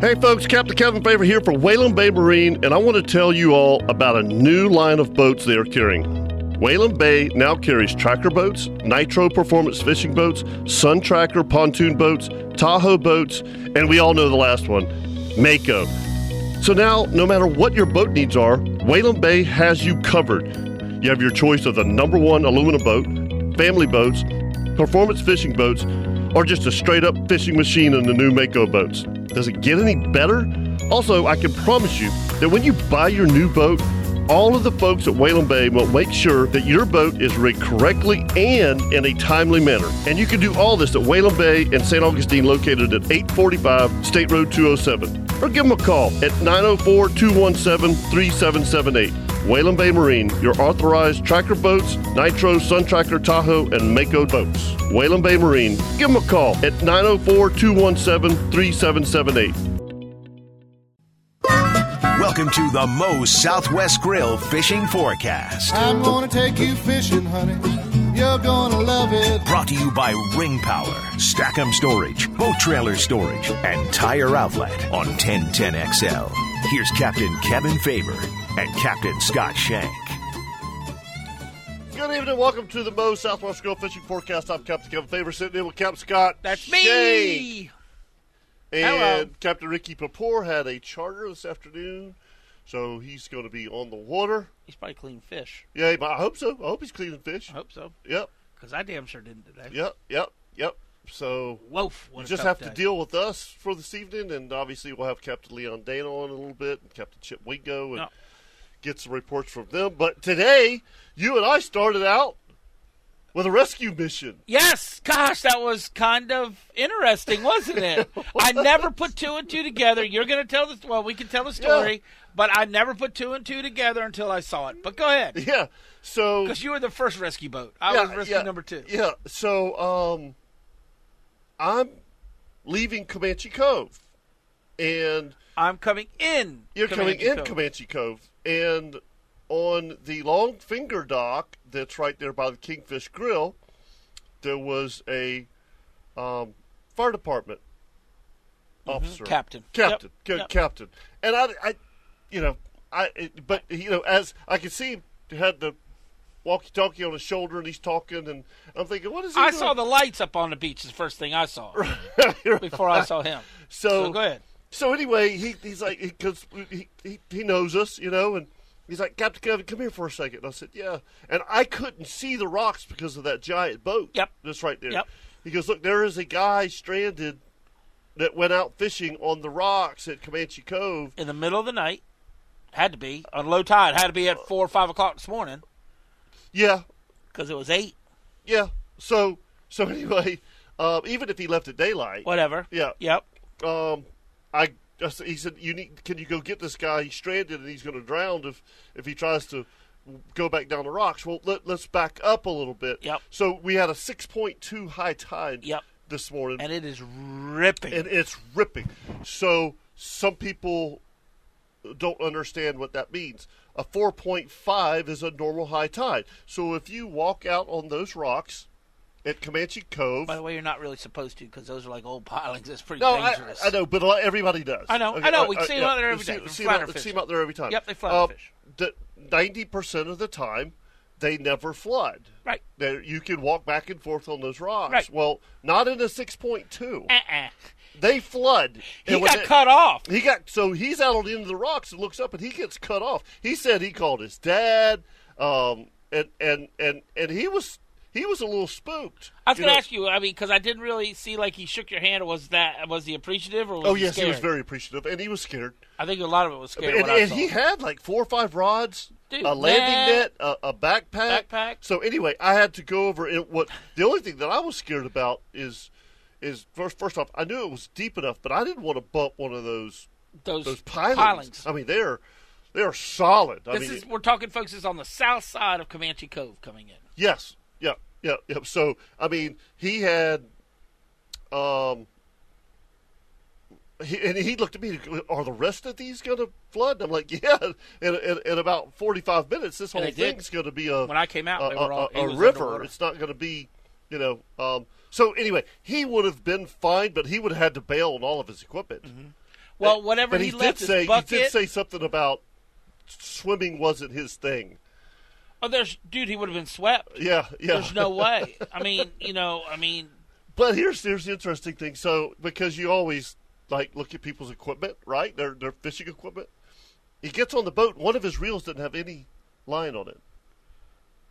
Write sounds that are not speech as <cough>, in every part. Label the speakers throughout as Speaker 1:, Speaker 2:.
Speaker 1: Hey folks, Captain Kevin Favor here for Whalen Bay Marine, and I want to tell you all about a new line of boats they are carrying. Whalen Bay now carries tracker boats, nitro performance fishing boats, sun tracker pontoon boats, Tahoe boats, and we all know the last one, Mako. So now, no matter what your boat needs are, Whalen Bay has you covered. You have your choice of the number one aluminum boat, family boats, performance fishing boats, or just a straight up fishing machine in the new Mako boats. Does it get any better? Also, I can promise you that when you buy your new boat, all of the folks at Whalen Bay will make sure that your boat is rigged correctly and in a timely manner. And you can do all this at Whalen Bay in St. Augustine, located at 845 State Road 207. Or give them a call at 904 217 3778. Whalen Bay Marine, your authorized tracker boats, Nitro, Sun Tracker, Tahoe, and Mako boats. Whalen Bay Marine, give them a call at 904 217 3778.
Speaker 2: Welcome to the Moe's Southwest Grill Fishing Forecast.
Speaker 3: I'm gonna take you fishing, honey. You're gonna love it.
Speaker 2: Brought to you by Ring Power, Stack'em Storage, Boat Trailer Storage, and Tire Outlet on 1010XL. Here's Captain Kevin Faber and Captain Scott Shank.
Speaker 1: Good evening. Welcome to the Mo Southwest Grill Fishing Forecast. I'm Captain Kevin Favor sitting in with Captain Scott.
Speaker 4: That's
Speaker 1: Shank.
Speaker 4: me.
Speaker 1: And
Speaker 4: Hello.
Speaker 1: Captain Ricky Papour had a charter this afternoon, so he's going to be on the water.
Speaker 4: He's probably clean fish.
Speaker 1: Yeah, but I hope so. I hope he's cleaning fish.
Speaker 4: I hope so.
Speaker 1: Yep,
Speaker 4: Because I damn sure didn't today.
Speaker 1: yep, yep, yep. So
Speaker 4: Woof. What
Speaker 1: you
Speaker 4: a
Speaker 1: just
Speaker 4: tough
Speaker 1: have to
Speaker 4: day.
Speaker 1: deal with us for this evening, and obviously we'll have Captain Leon Dana on in a little bit, and Captain Chip Wingo, and
Speaker 4: No.
Speaker 1: get some reports from them. But today, you and I started out with a rescue mission.
Speaker 4: Yes, gosh, that was kind of interesting,
Speaker 1: <laughs>
Speaker 4: wasn't it? I never put two and two together. You're going to tell the well, we can tell the story, but I never put two and two together until I saw it. But go ahead,
Speaker 1: <laughs> Yeah. So
Speaker 4: because you were the first rescue boat. I was rescue number two.
Speaker 1: Yeah. So um, I'm leaving Comanche Cove, and
Speaker 4: I'm coming in.
Speaker 1: you're coming
Speaker 4: Comanche
Speaker 1: in
Speaker 4: Cove.
Speaker 1: Comanche Cove, and on the Longfinger dock that's right there by the Kingfish Grill, there was a um, fire department officer
Speaker 4: Captain.
Speaker 1: captain,
Speaker 4: Mm-hmm. Yep,
Speaker 1: good
Speaker 4: yep.
Speaker 1: captain. And I, I, you know, I, it, but you know, as I could see, him had the walkie-talkie on his shoulder, and he's talking, and I'm thinking, what is he
Speaker 4: I
Speaker 1: doing?
Speaker 4: saw the lights up on the beach. Is the first thing
Speaker 1: <laughs>
Speaker 4: I saw before I saw him.
Speaker 1: So,
Speaker 4: So go ahead.
Speaker 1: so anyway, he, he's like, because he, he, he knows us, you know, and he's like, Captain Kevin, come here for a second. And I said, yeah. And I couldn't see the rocks because of that giant boat.
Speaker 4: Yep.
Speaker 1: That's right there.
Speaker 4: Yep.
Speaker 1: He goes, look, there is a guy stranded that went out fishing on the rocks at Comanche Cove.
Speaker 4: in the middle of the night. Had to be on low tide. Had to be at four or five o'clock this morning
Speaker 1: Yeah,
Speaker 4: because it was eight.
Speaker 1: yeah. So, so <laughs> anyway, um, even if he left at daylight,
Speaker 4: Whatever.
Speaker 1: Yeah.
Speaker 4: Yep.
Speaker 1: um, I, I s- he said, you need, can you go get this guy? He's stranded and he's going to drown if, if he tries to go back down the rocks. Well, let, let's back up a little bit.
Speaker 4: Yep.
Speaker 1: So we had a 6.2 high tide
Speaker 4: Yep.
Speaker 1: this morning
Speaker 4: And it is ripping.
Speaker 1: and it's ripping. So some people don't understand what that means. A 4.5 is a normal high tide. So if you walk out on those rocks at Comanche Cove,
Speaker 4: By the way, you're not really supposed to because those are like old pilings. It's pretty
Speaker 1: No, I,
Speaker 4: dangerous.
Speaker 1: I know, but a lot- everybody does. uh,
Speaker 4: I know, I know. We see 'em out there every
Speaker 1: see,
Speaker 4: day.
Speaker 1: we
Speaker 4: They're
Speaker 1: See, 'em out,
Speaker 4: flounder
Speaker 1: see 'em
Speaker 4: fish.
Speaker 1: out there every time. Uh,
Speaker 4: Yep, they flounder fish.
Speaker 1: Ninety percent of the time, they never flood.
Speaker 4: Right.
Speaker 1: There, you can walk back and forth on those rocks.
Speaker 4: Right.
Speaker 1: Well, not in a six point two.
Speaker 4: Uh-uh.
Speaker 1: They flood.
Speaker 4: He
Speaker 1: And when
Speaker 4: got
Speaker 1: they-
Speaker 4: cut off.
Speaker 1: He got so he's out on the end of the rocks and looks up and he gets cut off. He said he called his dad, um, and and and and he was he was a little spooked.
Speaker 4: I was
Speaker 1: you
Speaker 4: going to
Speaker 1: know.
Speaker 4: ask you. I mean, because I didn't really see like he shook your hand. Was that was he appreciative or was
Speaker 1: Oh
Speaker 4: he
Speaker 1: yes, he was
Speaker 4: scared?
Speaker 1: very appreciative, and he was scared.
Speaker 4: I think a lot of it was scared.
Speaker 1: and,
Speaker 4: what I
Speaker 1: and he
Speaker 4: saw.
Speaker 1: had like four or five rods,
Speaker 4: Dude,
Speaker 1: a landing net,
Speaker 4: net.
Speaker 1: a, a backpack.
Speaker 4: Backpack.
Speaker 1: So anyway, I had to go over and what the only thing that I was scared about is is first first off, I knew it was deep enough, but I didn't want to bump one of those
Speaker 4: those,
Speaker 1: those pilings.
Speaker 4: pilings.
Speaker 1: I mean, they're they're solid. I
Speaker 4: this
Speaker 1: mean,
Speaker 4: is we're talking, folks. Is on the south side of Comanche Cove coming in.
Speaker 1: yes, yeah, yeah, yeah. So I mean, he had um. He, and he looked at me. Are the rest of these going to flood? And I'm like, yeah. In, in, in about 45 minutes, this whole
Speaker 4: And they did.
Speaker 1: thing's going to be a
Speaker 4: When I came out,
Speaker 1: a,
Speaker 4: they were
Speaker 1: a-
Speaker 4: all-
Speaker 1: a-
Speaker 4: it
Speaker 1: a
Speaker 4: was
Speaker 1: river.
Speaker 4: underwater.
Speaker 1: It's not going to be, you know. Um, so anyway, he would have been fine, but he would have had to bail on all of his equipment.
Speaker 4: Well, whatever
Speaker 1: But he, did
Speaker 4: Mm-hmm. left his
Speaker 1: say
Speaker 4: bucket.
Speaker 1: he did say something about swimming wasn't his thing.
Speaker 4: oh, there's dude. He would have been swept.
Speaker 1: Yeah, yeah.
Speaker 4: There's no way. I mean, you know, I mean,
Speaker 1: But here's here's the interesting thing. So because you always like look at people's equipment, right? Their their fishing equipment. He gets on the boat. One of his reels didn't have any line on it.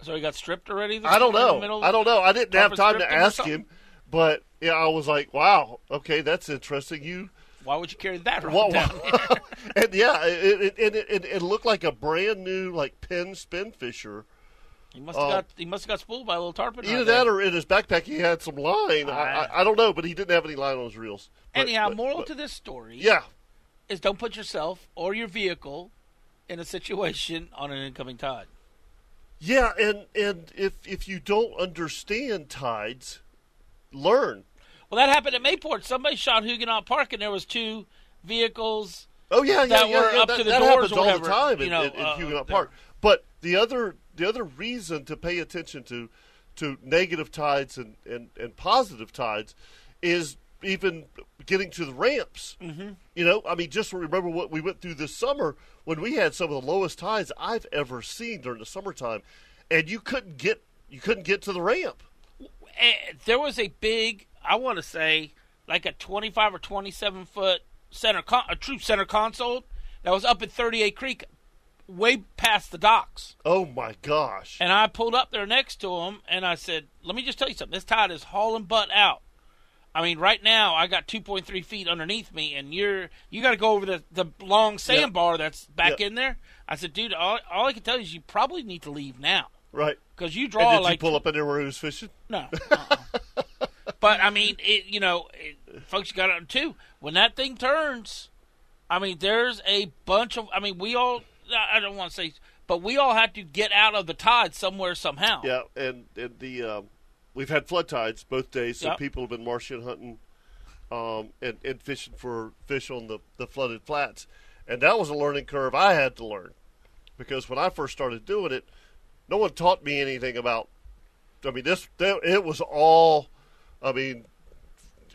Speaker 4: so he got stripped already. This
Speaker 1: I don't
Speaker 4: in the
Speaker 1: know.
Speaker 4: middle?
Speaker 1: I don't know. I didn't have time
Speaker 4: Papa
Speaker 1: to
Speaker 4: stripped him or
Speaker 1: ask him, but yeah, I was like, wow, okay, that's interesting. You
Speaker 4: Why would you carry that? Right
Speaker 1: Whoa, <laughs>
Speaker 4: down?
Speaker 1: whoa. and yeah, it it, it it it looked like a brand new like pin spin fisher.
Speaker 4: <laughs> He must have got. He must have got spooled by a little tarpon.
Speaker 1: Either
Speaker 4: right
Speaker 1: that
Speaker 4: there.
Speaker 1: or in his backpack he had some line. I, I, I don't know, but he didn't have any line on his reels. But-
Speaker 4: Anyhow,
Speaker 1: but-
Speaker 4: moral
Speaker 1: but-
Speaker 4: to this story
Speaker 1: yeah,
Speaker 4: is don't put yourself or your vehicle in a situation on an incoming tide.
Speaker 1: yeah, and and if if you don't understand tides, learn.
Speaker 4: Well, that happened at Mayport. Somebody shot Huguenot Park, and there was two vehicles.
Speaker 1: Oh yeah, yeah,
Speaker 4: that
Speaker 1: yeah,
Speaker 4: were
Speaker 1: yeah,
Speaker 4: up
Speaker 1: that,
Speaker 4: to the
Speaker 1: that
Speaker 4: doors
Speaker 1: happens
Speaker 4: or
Speaker 1: all
Speaker 4: whatever,
Speaker 1: the time in,
Speaker 4: you know,
Speaker 1: in, in
Speaker 4: uh,
Speaker 1: Huguenot
Speaker 4: uh,
Speaker 1: Park. But the other the other reason to pay attention to to negative tides and, and, and positive tides is even getting to the ramps. Mm-hmm. You know, I mean, just remember what we went through this summer when we had some of the lowest tides I've ever seen during the summertime, and you couldn't get you couldn't get to the ramp.
Speaker 4: Eh, there was a big, I want to say, like a 25 or 27 foot center, con- a true center console that was up at 38 Creek, way past the docks.
Speaker 1: Oh my gosh!
Speaker 4: And I pulled up there next to him, and I said, "Let me just tell you something. This tide is hauling butt out. I mean, right now I got 2.3 feet underneath me, and you're you got to go over the the long sandbar that's back
Speaker 1: Yeah.
Speaker 4: in there." I said, "Dude, all, all I can tell you is you probably need to leave now
Speaker 1: right?
Speaker 4: because you
Speaker 1: And
Speaker 4: draw
Speaker 1: did
Speaker 4: Oh, like
Speaker 1: you pull up in there where he was fishing?
Speaker 4: no. uh-uh. but I mean, it, you know, it, folks, you got it too. When that thing turns, I mean, there's a bunch of. I mean, we all. I I don't want to say, but we all had to get out of the tide somewhere somehow.
Speaker 1: Yeah, and, and the um, we've had flood tides both days, so
Speaker 4: Yep.
Speaker 1: people have been marshing hunting um, and, and fishing for fish on the, the flooded flats. And that was a learning curve I had to learn because when I first started doing it, no one taught me anything about. I mean, this that- it was all. I mean,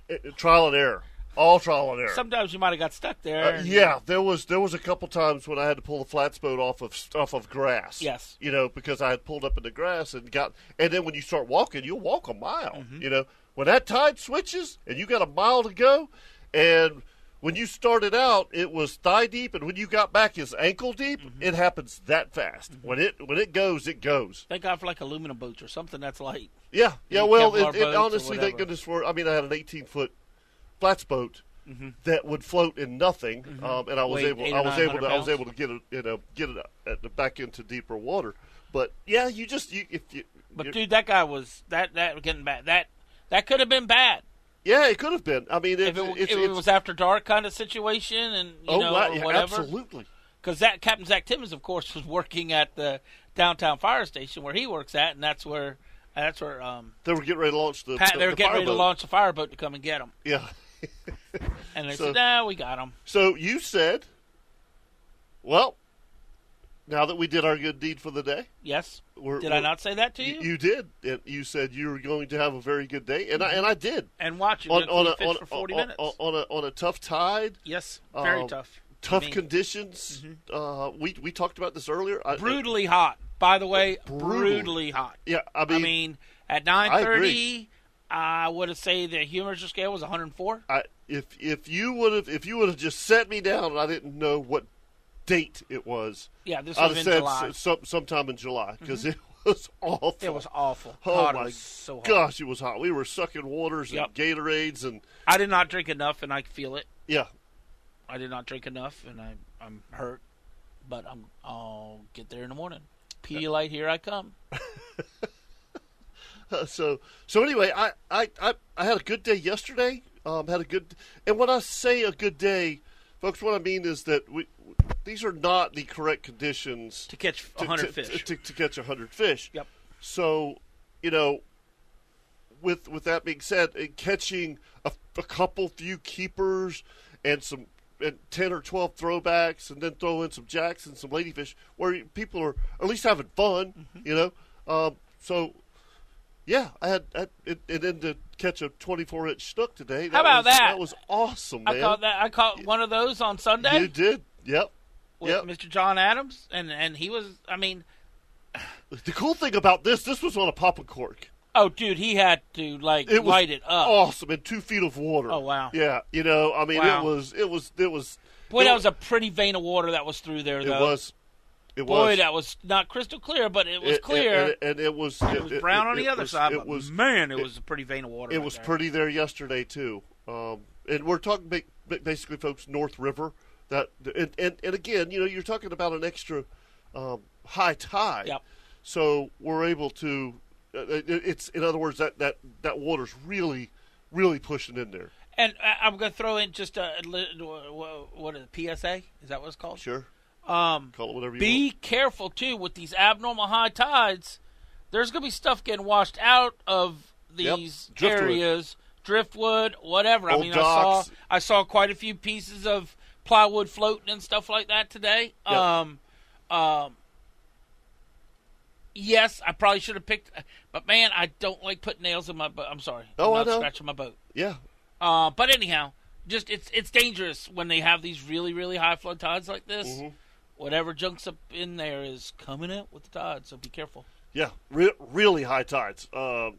Speaker 1: it, trial and error, all trial and error.
Speaker 4: Sometimes you might have got stuck there.
Speaker 1: Uh,
Speaker 4: and-
Speaker 1: yeah, there was there was a couple times when I had to pull the flats boat off of off of grass.
Speaker 4: Yes.
Speaker 1: you know because I had pulled up in the grass and got and then when you start walking, you'll walk a mile.
Speaker 4: Mm-hmm.
Speaker 1: You know when that tide switches and you got a mile to go, and when you started out, it was thigh deep, and when you got back, it's ankle deep.
Speaker 4: Mm-hmm.
Speaker 1: It happens that fast. When it when it goes, it goes.
Speaker 4: Thank God for like aluminum boats or something that's light.
Speaker 1: Yeah, yeah.
Speaker 4: Kevlar
Speaker 1: Well, it,
Speaker 4: boats
Speaker 1: it
Speaker 4: or
Speaker 1: honestly, thank
Speaker 4: whatever.
Speaker 1: goodness for. I mean, I had an 18 foot flats boat that would float in nothing, um, and I was
Speaker 4: Mm-hmm. Weighed eight
Speaker 1: able.
Speaker 4: or
Speaker 1: I was able.
Speaker 4: 900
Speaker 1: To, I was
Speaker 4: pounds.
Speaker 1: able to get it. You know, get it at the back into deeper water. But yeah, you just you if you.
Speaker 4: But
Speaker 1: you-
Speaker 4: dude, that guy was that that getting bad. That that could have been bad
Speaker 1: yeah, it could have been. I mean, it's,
Speaker 4: if it, w-
Speaker 1: it's,
Speaker 4: if it
Speaker 1: it's-
Speaker 4: was after dark kind of situation and you
Speaker 1: oh,
Speaker 4: know
Speaker 1: right,
Speaker 4: or
Speaker 1: yeah,
Speaker 4: whatever.
Speaker 1: absolutely.
Speaker 4: because that Captain Zach Timmons, of course, was working at the downtown fire station where he works at, and that's where that's where um,
Speaker 1: They were getting ready to launch the.
Speaker 4: Pat,
Speaker 1: the-
Speaker 4: they were
Speaker 1: the
Speaker 4: getting ready to
Speaker 1: fireboat.
Speaker 4: launch a fireboat to come and get him,
Speaker 1: Yeah. <laughs>
Speaker 4: and they
Speaker 1: So-
Speaker 4: said, "Nah, we got him."
Speaker 1: So you said, well, now that we did our good deed for the day,
Speaker 4: Yes,
Speaker 1: We're-
Speaker 4: did I
Speaker 1: we're-
Speaker 4: not say that to you?
Speaker 1: you did. And you said you were going to have a very good day, and I and I did.
Speaker 4: Mm-hmm. and watch it
Speaker 1: on, on, a,
Speaker 4: fish
Speaker 1: on,
Speaker 4: for forty
Speaker 1: on,
Speaker 4: minutes.
Speaker 1: on, on a on a tough tide,
Speaker 4: yes, very
Speaker 1: um,
Speaker 4: tough,
Speaker 1: tough
Speaker 4: I mean, mm-hmm.
Speaker 1: conditions. Uh, we we talked about this earlier. I,
Speaker 4: brutally hot. By the way,
Speaker 1: Brutal.
Speaker 4: brutally hot.
Speaker 1: yeah, I
Speaker 4: I
Speaker 1: mean, I,
Speaker 4: mean, at
Speaker 1: I
Speaker 4: nine
Speaker 1: agree.
Speaker 4: thirty, I, would say the humidity scale was one hundred four.
Speaker 1: if if you would have if you would have just set me down and I didn't know what date it was,
Speaker 4: Yeah, this
Speaker 1: I'd
Speaker 4: was
Speaker 1: have
Speaker 4: in
Speaker 1: said
Speaker 4: July. Mm-hmm.
Speaker 1: s- some sometime in July because it <laughs> was awful.
Speaker 4: it was awful.
Speaker 1: Oh
Speaker 4: God,
Speaker 1: my
Speaker 4: it was so hot.
Speaker 1: gosh, it was hot. We were sucking waters
Speaker 4: Yep.
Speaker 1: and Gatorades and
Speaker 4: I did not drink enough, and I feel it.
Speaker 1: yeah,
Speaker 4: I did not drink enough, and I, I'm hurt, but I'm I'll get there in the morning. Pedialyte, here I come.
Speaker 1: <laughs> so so anyway, I, I, I, I had a good day yesterday. Um, had a good, and when I say a good day, folks, what I mean is that we these are not the correct conditions
Speaker 4: To catch
Speaker 1: <laughs>
Speaker 4: 100
Speaker 1: to,
Speaker 4: fish.
Speaker 1: to, to catch hundred fish.
Speaker 4: Yep.
Speaker 1: So, you know, with with that being said, and catching a, a couple few keepers and some and ten or twelve throwbacks, and then throw in some jacks and some
Speaker 4: Mm-hmm.
Speaker 1: ladyfish, where people are at least having fun, you know. Um, so Yeah, I had I, it, it ended to catch a 24 inch snook today.
Speaker 4: How
Speaker 1: was-
Speaker 4: about that?
Speaker 1: That was awesome, man.
Speaker 4: I caught that. I caught one of those on Sunday
Speaker 1: You did. Yep.
Speaker 4: with
Speaker 1: yep.
Speaker 4: Mr. John Adams, and and he was. I mean,
Speaker 1: The cool thing about this, this was on a pop and cork.
Speaker 4: oh dude, he had to like
Speaker 1: It was
Speaker 4: light it up.
Speaker 1: awesome in two feet of water.
Speaker 4: Oh, wow.
Speaker 1: Yeah, you know, I mean,
Speaker 4: Wow.
Speaker 1: it was, it was, it was.
Speaker 4: Boy,
Speaker 1: it,
Speaker 4: that was a pretty vein of water that was through there,
Speaker 1: It
Speaker 4: though.
Speaker 1: was. It
Speaker 4: Boy,
Speaker 1: was.
Speaker 4: that was not crystal clear, but it was
Speaker 1: It-
Speaker 4: clear.
Speaker 1: and, and, it was. It,
Speaker 4: it was brown on the other
Speaker 1: was-
Speaker 4: side.
Speaker 1: It
Speaker 4: but
Speaker 1: was.
Speaker 4: man, it, was a pretty vein of water.
Speaker 1: It
Speaker 4: right
Speaker 1: was
Speaker 4: there.
Speaker 1: pretty there yesterday too. Um, and we're talking ba- ba- basically, folks, North River. That and, and, and again, you know, you're talking about an extra um, high tide.
Speaker 4: Yep.
Speaker 1: So we're able to. Uh, it, it's in other words that that that water's really, really pushing in there.
Speaker 4: And I, I'm going to throw in just a, a li- wha- what is it, PSA? Is that what it's called?
Speaker 1: Sure. Um, Call it whatever you
Speaker 4: Be
Speaker 1: want.
Speaker 4: careful too with these abnormal high tides. There's going to be stuff getting washed out of
Speaker 1: Yep.
Speaker 4: these
Speaker 1: Driftwood.
Speaker 4: areas, driftwood, whatever.
Speaker 1: Old
Speaker 4: I mean,
Speaker 1: docks.
Speaker 4: I saw I saw quite a few pieces of plywood floating and stuff like that today.
Speaker 1: Yep.
Speaker 4: Um, um, yes, I probably should have picked, but man, I don't like putting nails in my boat. I'm sorry.
Speaker 1: Oh,
Speaker 4: I'm
Speaker 1: I
Speaker 4: not
Speaker 1: know.
Speaker 4: scratching my boat.
Speaker 1: Yeah.
Speaker 4: Uh, but anyhow, just it's it's dangerous when they have these really really high flood tides like this.
Speaker 1: Mm-hmm.
Speaker 4: Whatever junks up in there is coming out with the tide, so be careful.
Speaker 1: Yeah. Re- really high tides. Um,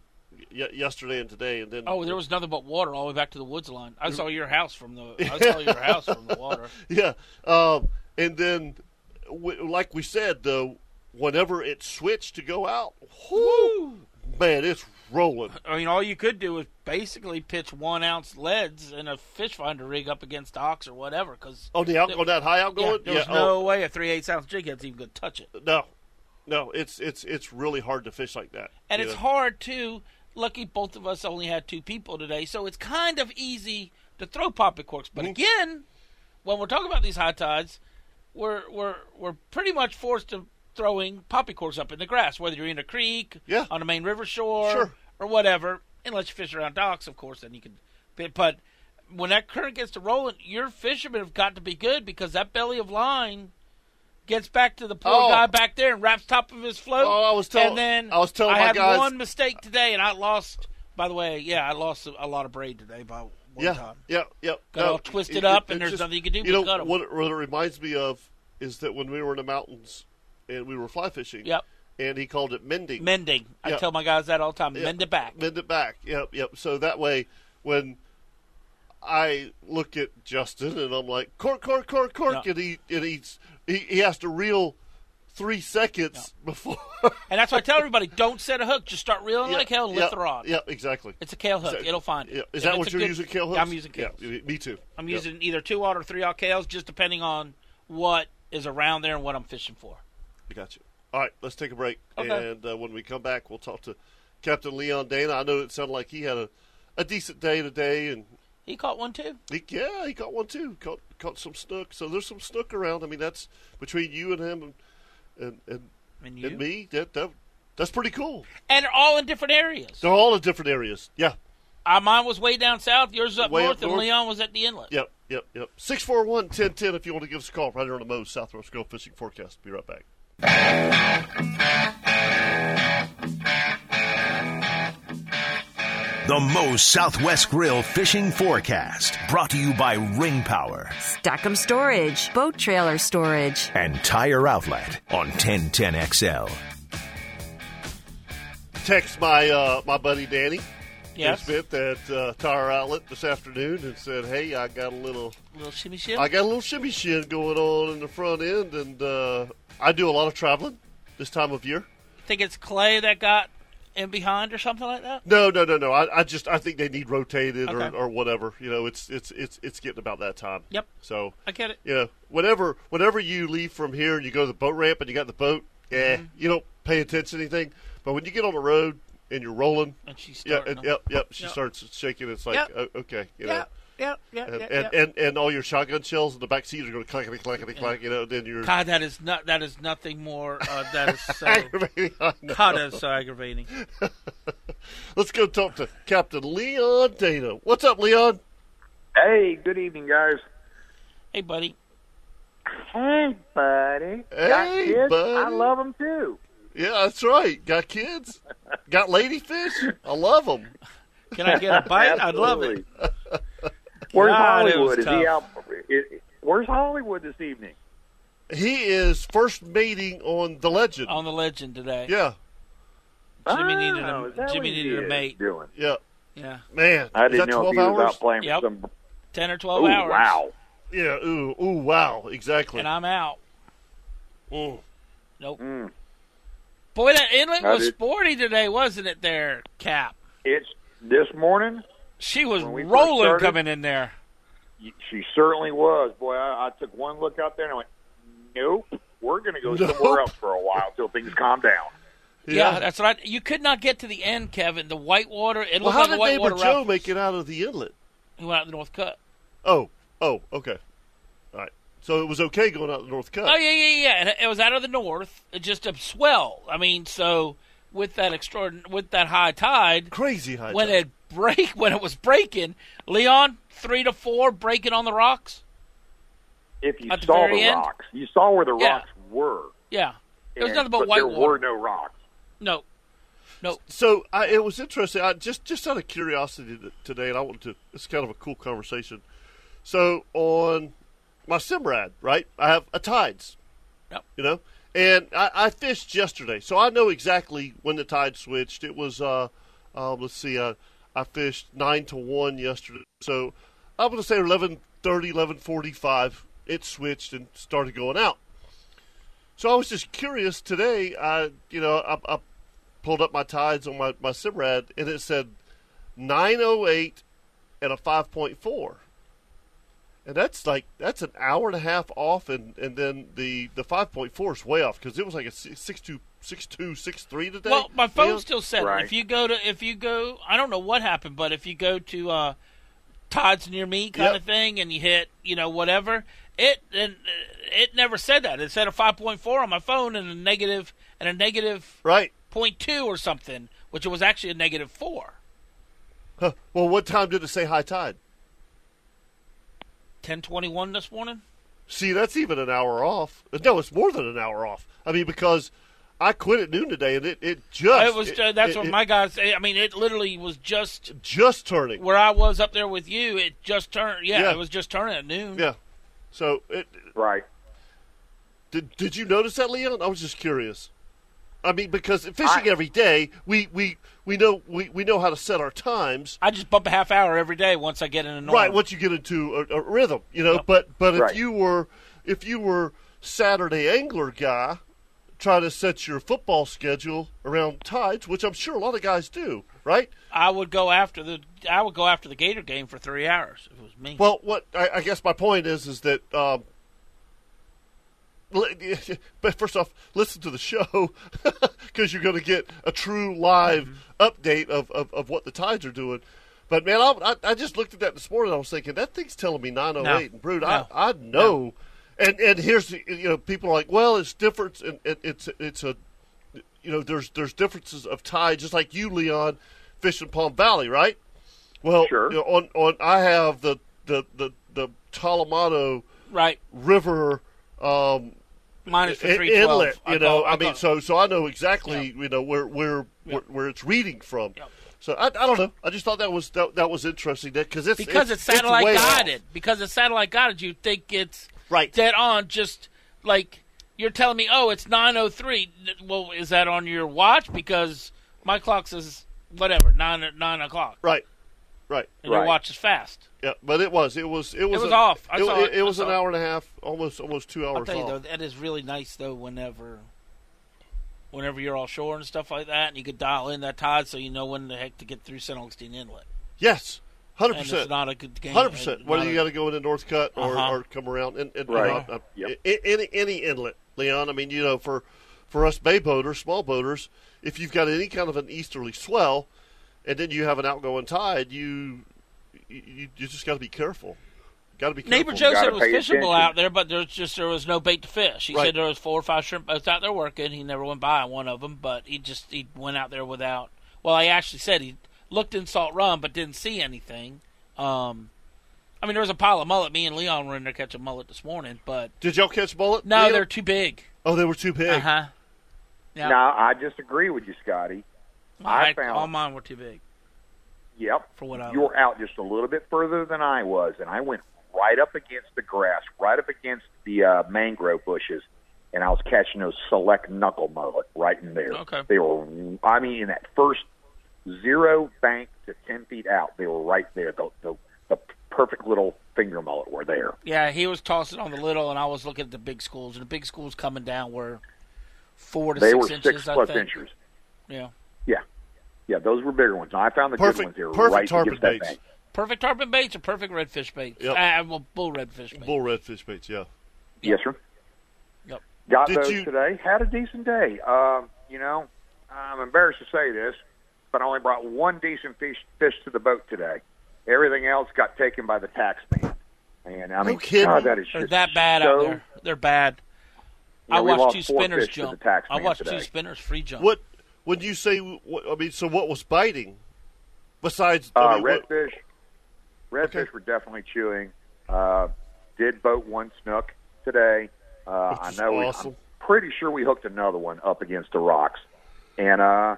Speaker 1: y- yesterday and today, and then
Speaker 4: Oh, there was nothing but water all the way back to the woods line. I saw your house from the I saw
Speaker 1: <laughs>
Speaker 4: your house from the water.
Speaker 1: <laughs> Yeah, um, and then, w- like we said, though, whenever it switched to go out, whoo, man, it's rolling.
Speaker 4: I mean, all you could do was basically pitch one ounce leads in a fish finder rig up against ox or whatever, because
Speaker 1: On the out- on that high
Speaker 4: yeah,
Speaker 1: outgoing,
Speaker 4: there was
Speaker 1: yeah, oh,
Speaker 4: no way a three eighths ounce jig head's even going to touch it.
Speaker 1: no, no, it's it's it's really hard to fish like that.
Speaker 4: And
Speaker 1: you
Speaker 4: it's
Speaker 1: know?
Speaker 4: hard too. Lucky both of us only had two people today, so it's kind of easy to throw poppy corks. But
Speaker 1: Mm-hmm.
Speaker 4: again, when we're talking about these high tides, we're we're we're pretty much forced to throwing poppy corks up in the grass, whether you're in a creek,
Speaker 1: Yeah.
Speaker 4: on the main river shore,
Speaker 1: Sure.
Speaker 4: or whatever. Unless you fish around docks, of course, then you can. But, but when that current gets to rolling, your fishermen have got to be good because that belly of line gets back to the poor
Speaker 1: Oh.
Speaker 4: guy back there and wraps top of his float.
Speaker 1: Oh, I was tell-
Speaker 4: and then
Speaker 1: I was telling my
Speaker 4: had
Speaker 1: guys-
Speaker 4: one mistake today, and I lost. By the way, yeah, I lost a lot of braid today by one
Speaker 1: Yeah,
Speaker 4: time.
Speaker 1: yeah, yeah.
Speaker 4: Got all twisted up and there's nothing you can do
Speaker 1: You
Speaker 4: but
Speaker 1: know
Speaker 4: cut 'em.
Speaker 1: what? It, what it reminds me of is that when we were in the mountains and we were fly fishing.
Speaker 4: Yep.
Speaker 1: And he called it mending.
Speaker 4: Mending. I
Speaker 1: Yeah.
Speaker 4: tell my guys that all the time.
Speaker 1: Yeah.
Speaker 4: Mend it back.
Speaker 1: Mend it back. Yep, yep. So that way, when I look at Justin and I'm like, cork, cork, cork, cork,
Speaker 4: Yeah.
Speaker 1: and he and he's, he he has to reel three seconds <laughs> before.
Speaker 4: And that's why <laughs> I tell everybody: don't set a hook. Just start reeling
Speaker 1: Yeah,
Speaker 4: like hell and
Speaker 1: yeah,
Speaker 4: lift the rod.
Speaker 1: Yeah, exactly.
Speaker 4: It's a kale hook.
Speaker 1: that-
Speaker 4: It'll find it.
Speaker 1: yeah. Is
Speaker 4: If
Speaker 1: that
Speaker 4: it's
Speaker 1: what
Speaker 4: a
Speaker 1: you're
Speaker 4: good-
Speaker 1: using? Kale hooks.
Speaker 4: Yeah, I'm using kales.
Speaker 1: Yeah, me too.
Speaker 4: I'm
Speaker 1: Yeah.
Speaker 4: using either two out or three out kales, just depending on what is around there and what I'm fishing for.
Speaker 1: I got you. All right, let's take a break.
Speaker 4: Okay.
Speaker 1: And uh, when we come back, we'll talk to Captain Leon Dana. I know it sounded like he had a, a decent day today, and
Speaker 4: He caught one too.
Speaker 1: he, yeah, he caught one too. Caught caught some snook. So there's some snook around. I mean, that's between you and him, and and
Speaker 4: And
Speaker 1: and,
Speaker 4: you?
Speaker 1: and me. That that that's pretty cool.
Speaker 4: And they're all in different areas.
Speaker 1: They're all in different areas. Yeah.
Speaker 4: Uh, mine was way down south, yours up
Speaker 1: Way up
Speaker 4: north, and
Speaker 1: north.
Speaker 4: Leon was at the inlet.
Speaker 1: Yep, yep, yep. 641 1010 if you want to give us a call right here on the Moe's Southwest Girl Fishing Forecast. Be right back.
Speaker 2: The Moe's Southwest Grill Fishing Forecast, brought to you by Ring Power
Speaker 5: Stackham Storage, boat trailer storage.
Speaker 2: and Tire Outlet on 1010XL.
Speaker 1: Text my uh, my buddy Danny.
Speaker 4: Yes.
Speaker 1: Smith at uh, Tire Outlet this afternoon and said, "Hey, I got a little,
Speaker 4: Little shimmy shim.
Speaker 1: I got a little shimmy shin going on in the front end, and uh, I do a lot of traveling this time of year.
Speaker 4: think it's Clay that got in behind or something like that.
Speaker 1: No, no, no, no. I, I just I think they need rotated
Speaker 4: Okay.
Speaker 1: or, or whatever. You know, it's it's it's it's getting about that time.
Speaker 4: Yep.
Speaker 1: So
Speaker 4: I get it.
Speaker 1: you know, whenever whenever you leave from here and you go to the boat ramp and you got the boat, eh,
Speaker 4: Mm-hmm.
Speaker 1: you don't pay attention to anything. But when you get on the road and you're rolling,
Speaker 4: And she's
Speaker 1: yeah,
Speaker 4: starting.
Speaker 1: and,
Speaker 4: them.
Speaker 1: yep, yep, she
Speaker 4: Yep.
Speaker 1: starts shaking. It's like
Speaker 4: Yep.
Speaker 1: o- okay, you know.
Speaker 4: Yep. Yep. Yep.
Speaker 1: and,
Speaker 4: yep,
Speaker 1: and,
Speaker 4: yep.
Speaker 1: and and all your shotgun shells in the back seat are going to clackety clackety clack. You know, then you're <laughs>
Speaker 4: God, that is not. That is nothing more. Uh, that is
Speaker 6: <laughs>
Speaker 4: so.
Speaker 1: aggravating. I know.
Speaker 4: God, that is so aggravating.
Speaker 1: Let's go talk to Captain Leon Dana. What's up, Leon?
Speaker 6: Hey, good evening, guys.
Speaker 4: Hey, buddy.
Speaker 6: Hey, buddy.
Speaker 1: Hey,
Speaker 6: Got kids?
Speaker 1: buddy.
Speaker 6: I love them too.
Speaker 1: Yeah, that's right. Got kids. Got ladyfish. I love them.
Speaker 4: Can I get a bite? I'd love it.
Speaker 6: <laughs> Where's
Speaker 4: God, it was
Speaker 6: Hollywood? Is he
Speaker 4: tough.
Speaker 6: out? Is, where's Hollywood this evening?
Speaker 1: He is first meeting on the legend.
Speaker 4: On the legend today.
Speaker 1: yeah,
Speaker 4: Jimmy
Speaker 6: Oh,
Speaker 4: needed a-
Speaker 6: is that
Speaker 4: Jimmy
Speaker 6: what he
Speaker 4: needed a
Speaker 6: is
Speaker 4: mate.
Speaker 6: Doing?
Speaker 1: yeah.
Speaker 4: Yeah.
Speaker 1: Man,
Speaker 6: I
Speaker 1: is
Speaker 6: didn't
Speaker 1: that
Speaker 6: know
Speaker 1: twelve
Speaker 6: if he was
Speaker 1: hours?
Speaker 6: out playing
Speaker 4: Yep.
Speaker 6: for some.
Speaker 4: 10 or 12
Speaker 6: Oh
Speaker 4: hours.
Speaker 6: wow!
Speaker 1: Yeah. Ooh. Ooh. Wow. Exactly.
Speaker 4: And I'm out.
Speaker 1: Mm.
Speaker 4: Nope. Boy, that inlet
Speaker 6: Mm. How
Speaker 4: was
Speaker 6: did-
Speaker 4: sporty today, wasn't it, there, Cap?
Speaker 6: It's this morning.
Speaker 4: She was
Speaker 6: When we first
Speaker 4: rolling
Speaker 6: started-
Speaker 4: coming in there.
Speaker 6: y- She certainly was. Boy, I, I took one look out there and I went, "Nope, we're going
Speaker 4: <laughs>
Speaker 6: to go
Speaker 1: Nope.
Speaker 6: somewhere else for a while till things calm down."
Speaker 4: Yeah. that's right. You could not get to the end, Kevin. The whitewater. It
Speaker 1: Well,
Speaker 4: looked
Speaker 1: how
Speaker 4: like a
Speaker 1: did
Speaker 4: whitewater
Speaker 1: neighbor Joe
Speaker 4: route.
Speaker 1: make it out of the inlet?
Speaker 4: He went out the North Cut.
Speaker 1: Oh. Oh. Okay. All right. So it was okay going out the North Cut.
Speaker 4: Oh yeah, yeah, yeah. And it- it was out of the north. It just a swell. I mean, so with that extraordinary, with that high tide,
Speaker 1: Crazy high.
Speaker 4: when
Speaker 1: tide.
Speaker 4: it break, when it was breaking, Leon three to four breaking on the rocks.
Speaker 6: If you
Speaker 4: At the
Speaker 6: saw
Speaker 4: very
Speaker 6: the
Speaker 4: end?
Speaker 6: rocks, you saw where the
Speaker 4: Yeah.
Speaker 6: rocks were.
Speaker 4: Yeah, there was
Speaker 6: and-
Speaker 4: nothing but,
Speaker 6: there
Speaker 4: white
Speaker 6: were
Speaker 4: water.
Speaker 6: no rocks.
Speaker 4: No,
Speaker 1: So I, it was interesting. I just just out of curiosity t- today, and I wanted to. It's kind of a cool conversation. So on my Simrad, right? I have a tides.
Speaker 4: Yep.
Speaker 1: You know, and I, I fished yesterday, so I know exactly when the tide switched. It was uh, uh let's see, uh, I fished nine to one yesterday, so I'm going to say 11:30, 11:45. It switched and started going out. So I was just curious today. I, you know, I, I pulled up my tides on my my Simrad, and it said 908 and a 5.4, and that's like that's an hour and a half off, and and then the the 5.4 is way off because it was like a si- 62 62 63 today.
Speaker 4: well, my phone
Speaker 1: Leon?
Speaker 4: still said it.
Speaker 6: Right.
Speaker 4: if you go to, if you go, I don't know what happened, but if you go to uh, Todd's near me kind
Speaker 1: Yep.
Speaker 4: of thing, and you hit, you know, whatever, it and uh, it never said that. It said a five point four on my phone and a negative and a negative
Speaker 1: right.
Speaker 4: point two or something, which was actually a negative four.
Speaker 1: Huh. Well, what time did it say high tide?
Speaker 4: Ten twenty one this morning.
Speaker 1: See, that's even an hour off. No, it's more than an hour off. I mean, because I quit at noon today, and it it just
Speaker 4: It was uh, that's
Speaker 1: it-
Speaker 4: what
Speaker 1: it
Speaker 4: my guys say. I mean, it literally was just
Speaker 1: just turning.
Speaker 4: where I was up there with you. It just turned. Yeah,
Speaker 1: Yeah.
Speaker 4: it was just turning at noon.
Speaker 1: Yeah. So it,
Speaker 6: Right.
Speaker 1: Did Did you notice that, Leon? I was just curious. I mean, because fishing
Speaker 6: I-
Speaker 1: every day, we, we, we know we, we know how to set our times.
Speaker 4: I just bump a half hour every day once I get in a norm.
Speaker 1: Right, once you get into a, a rhythm, you know. But but if
Speaker 6: Right.
Speaker 1: you were if you were Saturday angler guy, trying to set your football schedule around tides, which I'm sure a lot of guys do, right?
Speaker 4: I would go after the I would go after the Gator game for three hours. If it was me.
Speaker 1: Well, what I, I guess my point is is that. Um, li- <laughs> but first off, listen to the show <laughs> because you're going to get a true live
Speaker 4: Mm-hmm.
Speaker 1: update of, of, of what the tides are doing. But man, I, I, I just looked at that this morning. I was thinking that thing's telling me 908
Speaker 4: No.
Speaker 1: and brood.
Speaker 4: No.
Speaker 1: I, I know, and and here's the, you know people are like, well, it's different, and it, it's it's a you know there's there's differences of tide, just like you, Leon, fish in Palm Valley, right? Well,
Speaker 6: Sure.
Speaker 1: you know, on on I have the the the the Talamano
Speaker 4: right,
Speaker 1: River um,
Speaker 4: minus
Speaker 1: i-
Speaker 4: for three twelve.
Speaker 1: inlet. You know, I, mean, so so I know exactly you know where where where, where it's reading from. So I, I don't know. I just thought that was that, that was interesting that because it's
Speaker 4: because it's, satellite
Speaker 1: way off.
Speaker 4: guided. Because it's satellite guided, you think it's
Speaker 1: Right.
Speaker 4: dead on. Just like you're telling me, oh, it's nine oh three. Well, is that on your watch? Because my clock says whatever nine nine o'clock,
Speaker 1: Right, right.
Speaker 4: and your
Speaker 6: Right.
Speaker 4: watch is fast.
Speaker 1: Yeah, but it was it was it was
Speaker 4: was
Speaker 1: a-
Speaker 4: off. I
Speaker 1: it,
Speaker 4: saw it.
Speaker 1: it
Speaker 4: I
Speaker 1: was
Speaker 4: saw
Speaker 1: an
Speaker 4: it.
Speaker 1: hour and a half, almost almost two hours
Speaker 4: I'll tell you
Speaker 1: off.
Speaker 4: though, that is really nice though. Whenever, whenever you're offshore and stuff like that, and you could dial in that tide, so you know when the heck to get through St. Augustine Inlet.
Speaker 1: yes, hundred
Speaker 4: And it's
Speaker 1: percent.
Speaker 4: not a good game.
Speaker 1: Hundred percent. Whether
Speaker 4: Not
Speaker 1: you
Speaker 4: a-
Speaker 1: got to go into North Cut or,
Speaker 4: Uh-huh.
Speaker 1: or come around and, and
Speaker 6: uh, Right.
Speaker 1: you know,
Speaker 6: Yep.
Speaker 1: I- I- any any inlet, Leon. I mean, you know, for for us bay boaters, small boaters, if you've got any kind of an easterly swell, and then you have an outgoing tide, you you, you just got to be careful. Got to be careful.
Speaker 4: Neighbor Joe
Speaker 6: gotta
Speaker 4: said it was
Speaker 6: pay
Speaker 4: fishable
Speaker 6: attention.
Speaker 4: out there, but there's just there was no bait to fish. He
Speaker 1: Right.
Speaker 4: said there was four or five shrimp boats out there working. He never went by one of them, but he just he went out there without. Well, he actually said he looked in Salt Run, but didn't see anything. Um, I mean, there was a pile of mullet. Me and Leon were in there catching mullet this morning, but
Speaker 1: Did y'all catch mullet?
Speaker 4: no,
Speaker 1: Leon?
Speaker 4: they're too big.
Speaker 1: oh, they were too big.
Speaker 4: Uh huh. Yeah.
Speaker 6: Now I disagree with you, Scotty. I found-
Speaker 4: all mine were too big.
Speaker 6: Yep.
Speaker 4: For what I
Speaker 6: you were out just a little bit further than I was, and I went right up against the grass, right up against the uh, mangrove bushes, and I was catching those select knuckle mullet right in there.
Speaker 4: Okay.
Speaker 6: They were, I mean, in that first zero bank to ten feet out, they were right there. The the, the perfect little finger mullet were there.
Speaker 4: Yeah, he was tossing on the little, and I was looking at the big schools, and the big schools coming down were four to
Speaker 6: They
Speaker 4: six
Speaker 6: were
Speaker 4: inches.
Speaker 6: six
Speaker 4: I
Speaker 6: plus
Speaker 4: think.
Speaker 6: inches.
Speaker 4: Yeah,
Speaker 6: Yeah, yeah, those were bigger ones. I found the good
Speaker 1: Perfect-
Speaker 6: ones. They were
Speaker 1: perfect
Speaker 6: right
Speaker 1: tarpon
Speaker 6: against that
Speaker 1: baits.
Speaker 6: bank.
Speaker 4: perfect tarpon baits or perfect redfish baits.
Speaker 1: Yep.
Speaker 4: Uh, well, bull redfish baits.
Speaker 1: Bull redfish baits, yeah.
Speaker 6: Yes, sir.
Speaker 4: Yep.
Speaker 6: Got
Speaker 1: Did
Speaker 6: those
Speaker 1: you-
Speaker 6: today. Had a decent day. Um, you know, I'm embarrassed to say this, but I only brought one decent fish, fish to the boat today. Everything else got taken by the tax man. And I mean,
Speaker 1: kidding.
Speaker 6: God, that is
Speaker 4: They're
Speaker 6: just
Speaker 4: that bad
Speaker 6: so,
Speaker 4: out there. They're bad.
Speaker 6: Yeah,
Speaker 4: I
Speaker 6: we
Speaker 4: watched
Speaker 6: lost
Speaker 4: two
Speaker 6: four
Speaker 4: spinners
Speaker 6: fish to the
Speaker 4: jump.
Speaker 6: tax
Speaker 4: I
Speaker 6: man
Speaker 4: watched
Speaker 6: today.
Speaker 4: two spinners free jump.
Speaker 1: What would you say? What, I mean, so what was biting besides I
Speaker 6: Uh,
Speaker 1: mean, what-
Speaker 6: redfish, redfish were definitely chewing. Uh, did boat one snook today. Uh,
Speaker 1: Which
Speaker 6: I
Speaker 1: is
Speaker 6: know. we-
Speaker 1: awesome.
Speaker 6: I'm pretty sure we hooked another one up against the rocks, and uh,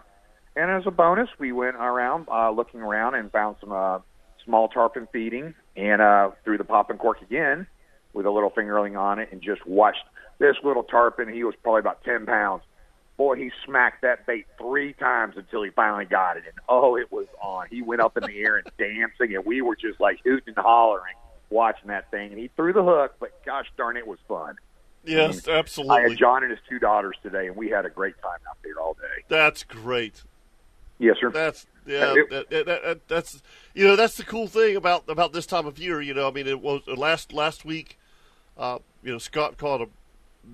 Speaker 6: and as a bonus, we went around uh, looking around and found some uh, small tarpon feeding, and uh, threw the popping cork again with a little fingerling on it, and just watched this little tarpon. He was probably about ten pounds. Boy, he smacked that bait three times until he finally got it, and oh, it was on. He went up in the air and <laughs> dancing, and we were just like hooting and hollering watching that thing. And he threw the hook, but gosh darn, it was fun.
Speaker 1: Yes,
Speaker 6: I had
Speaker 1: absolutely.
Speaker 6: John and his two daughters today, and we had a great time out there all day.
Speaker 1: That's great.
Speaker 6: Yes, sir.
Speaker 1: That's yeah.
Speaker 6: it-
Speaker 1: That, that, that, that's you know that's the cool thing about about this time of year. You know, I mean, it was uh, last last week. Uh, you know, Scott caught a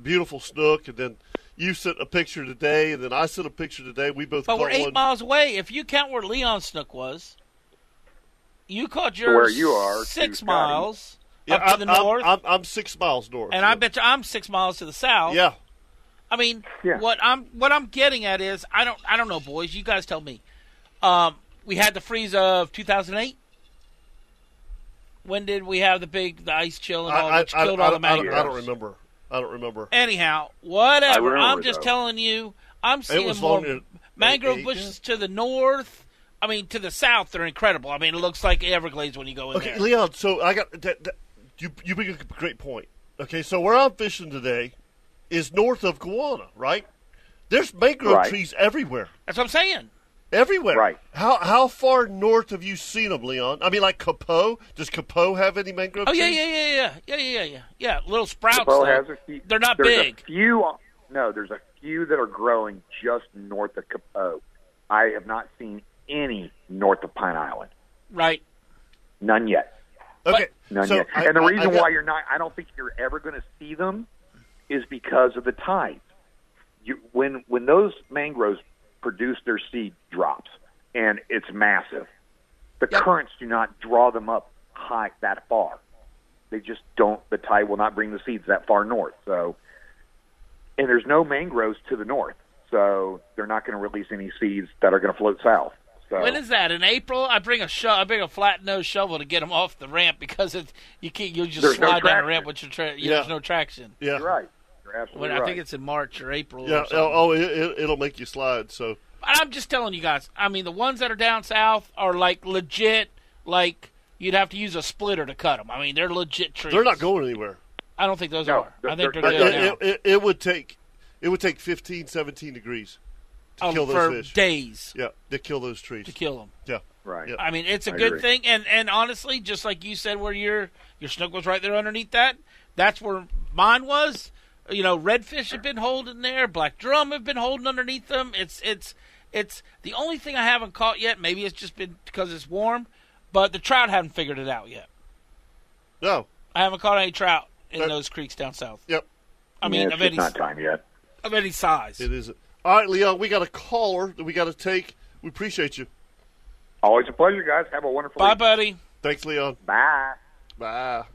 Speaker 1: beautiful snook, and then you sent a picture today, and then I sent a picture today. We both
Speaker 4: But
Speaker 1: caught
Speaker 4: we're eight
Speaker 1: one.
Speaker 4: miles away. If you count where Leon Snook was, you caught yours
Speaker 6: where you are,
Speaker 4: six
Speaker 6: to Scotty.
Speaker 4: miles
Speaker 1: yeah,
Speaker 4: up to
Speaker 1: I'm,
Speaker 4: the
Speaker 1: I'm-
Speaker 4: north,
Speaker 1: I'm, I'm six miles north.
Speaker 4: and
Speaker 1: yeah.
Speaker 4: I bet you I'm six miles to the south.
Speaker 1: Yeah,
Speaker 4: I mean,
Speaker 6: Yeah.
Speaker 4: what I'm what I'm getting at is I don't I don't know, boys. You guys tell me. Um, we had the freeze of 2008. When did we have the big the ice chill and
Speaker 1: I,
Speaker 4: all
Speaker 1: I,
Speaker 4: which
Speaker 1: I, I,
Speaker 4: killed
Speaker 1: don't,
Speaker 4: all
Speaker 1: I,
Speaker 4: the
Speaker 1: don't, I
Speaker 4: mangroves?
Speaker 1: don't remember. I don't remember.
Speaker 4: Anyhow, whatever.
Speaker 6: remember,
Speaker 4: I'm just
Speaker 6: though.
Speaker 4: telling you, I'm seeing
Speaker 1: was
Speaker 4: more
Speaker 1: longer than
Speaker 4: mangrove
Speaker 1: eight,
Speaker 4: bushes to the north. I mean, to the south, they're incredible. I mean, it looks like Everglades when you go in
Speaker 1: Okay,
Speaker 4: there.
Speaker 1: Leon. So I got that, that, you. You bring up a great point. Okay, so where I'm fishing today is north of Guana, right? There's mangrove
Speaker 6: Right.
Speaker 1: trees everywhere,
Speaker 4: That's what I'm saying.
Speaker 1: everywhere.
Speaker 6: Right.
Speaker 1: How how far north have you seen them, Leon? I mean, like Capo. Does Capo have any mangrove?
Speaker 4: Oh yeah,
Speaker 1: trees?
Speaker 4: yeah, yeah, yeah, yeah, yeah, yeah, yeah. Yeah, little sprouts. though.
Speaker 6: Bo has a few.
Speaker 4: uh, They're not
Speaker 6: there's
Speaker 4: big.
Speaker 6: A few, uh, no, there's a few that are growing just north of Capo. I have not seen any north of Pine Island.
Speaker 4: right?
Speaker 6: None yet.
Speaker 1: Okay.
Speaker 6: None
Speaker 1: so
Speaker 6: yet.
Speaker 1: I-
Speaker 6: and the
Speaker 1: I- I
Speaker 6: reason
Speaker 1: got-
Speaker 6: why you're not, I don't think you're ever going to see them, is because of the tides. You, when when those mangroves produce their seed drops, and it's massive, the currents do not draw them up high that far. They just don't. The tide will not bring the seeds that far north. So, and there's no mangroves to the north, so they're not going to release any seeds that are going to float south. So
Speaker 4: When is that? In April, I bring a sho- I bring a flat nose shovel to get them off the ramp because it you can't you just
Speaker 6: There's no
Speaker 4: slide down the
Speaker 6: traction.
Speaker 4: ramp with your tra- yeah.
Speaker 1: Yeah.
Speaker 4: there's no traction.
Speaker 1: <laughs> yeah,
Speaker 6: you're right. You're absolutely
Speaker 4: When
Speaker 6: right.
Speaker 4: I think it's in March or April.
Speaker 1: yeah.
Speaker 4: Or something.
Speaker 1: Oh, it, it, it'll make you slide. So
Speaker 4: But I'm just telling you guys. I mean, the ones that are down south are like legit. Like you'd have to use a splitter to cut them. I mean, they're legit trees.
Speaker 1: they're not going anywhere.
Speaker 4: I don't think those
Speaker 6: No,
Speaker 4: are. I
Speaker 6: they're-
Speaker 4: think they're,
Speaker 6: they're-
Speaker 4: good
Speaker 1: it,
Speaker 4: now.
Speaker 1: it, it, it would take it would take 15, 17 degrees to
Speaker 4: Um,
Speaker 1: kill those
Speaker 4: for
Speaker 1: fish.
Speaker 4: days
Speaker 1: yeah, to kill those trees.
Speaker 4: to kill them.
Speaker 1: yeah.
Speaker 6: right.
Speaker 1: Yeah.
Speaker 4: I mean, it's a
Speaker 6: I
Speaker 4: good
Speaker 6: agree.
Speaker 4: thing, and and honestly, just like you said, where your your snook was right there underneath that, that's where mine was. You know, redfish have been holding there, black drum have been holding underneath them. It's it's it's the only thing I haven't caught yet. Maybe it's just been because it's warm, but the trout haven't figured it out yet.
Speaker 1: No.
Speaker 4: I haven't caught any trout in
Speaker 1: That-
Speaker 4: those creeks down south.
Speaker 1: Yep.
Speaker 4: I mean,
Speaker 6: it's
Speaker 4: of
Speaker 6: just
Speaker 4: any
Speaker 6: not time yet.
Speaker 4: of any size.
Speaker 1: It is. All right, Leon, we got a caller that we got to take. We appreciate you.
Speaker 6: Always a pleasure, guys. Have a wonderful
Speaker 4: Bye,
Speaker 6: week.
Speaker 4: buddy.
Speaker 1: Thanks, Leon.
Speaker 6: Bye.
Speaker 1: Bye.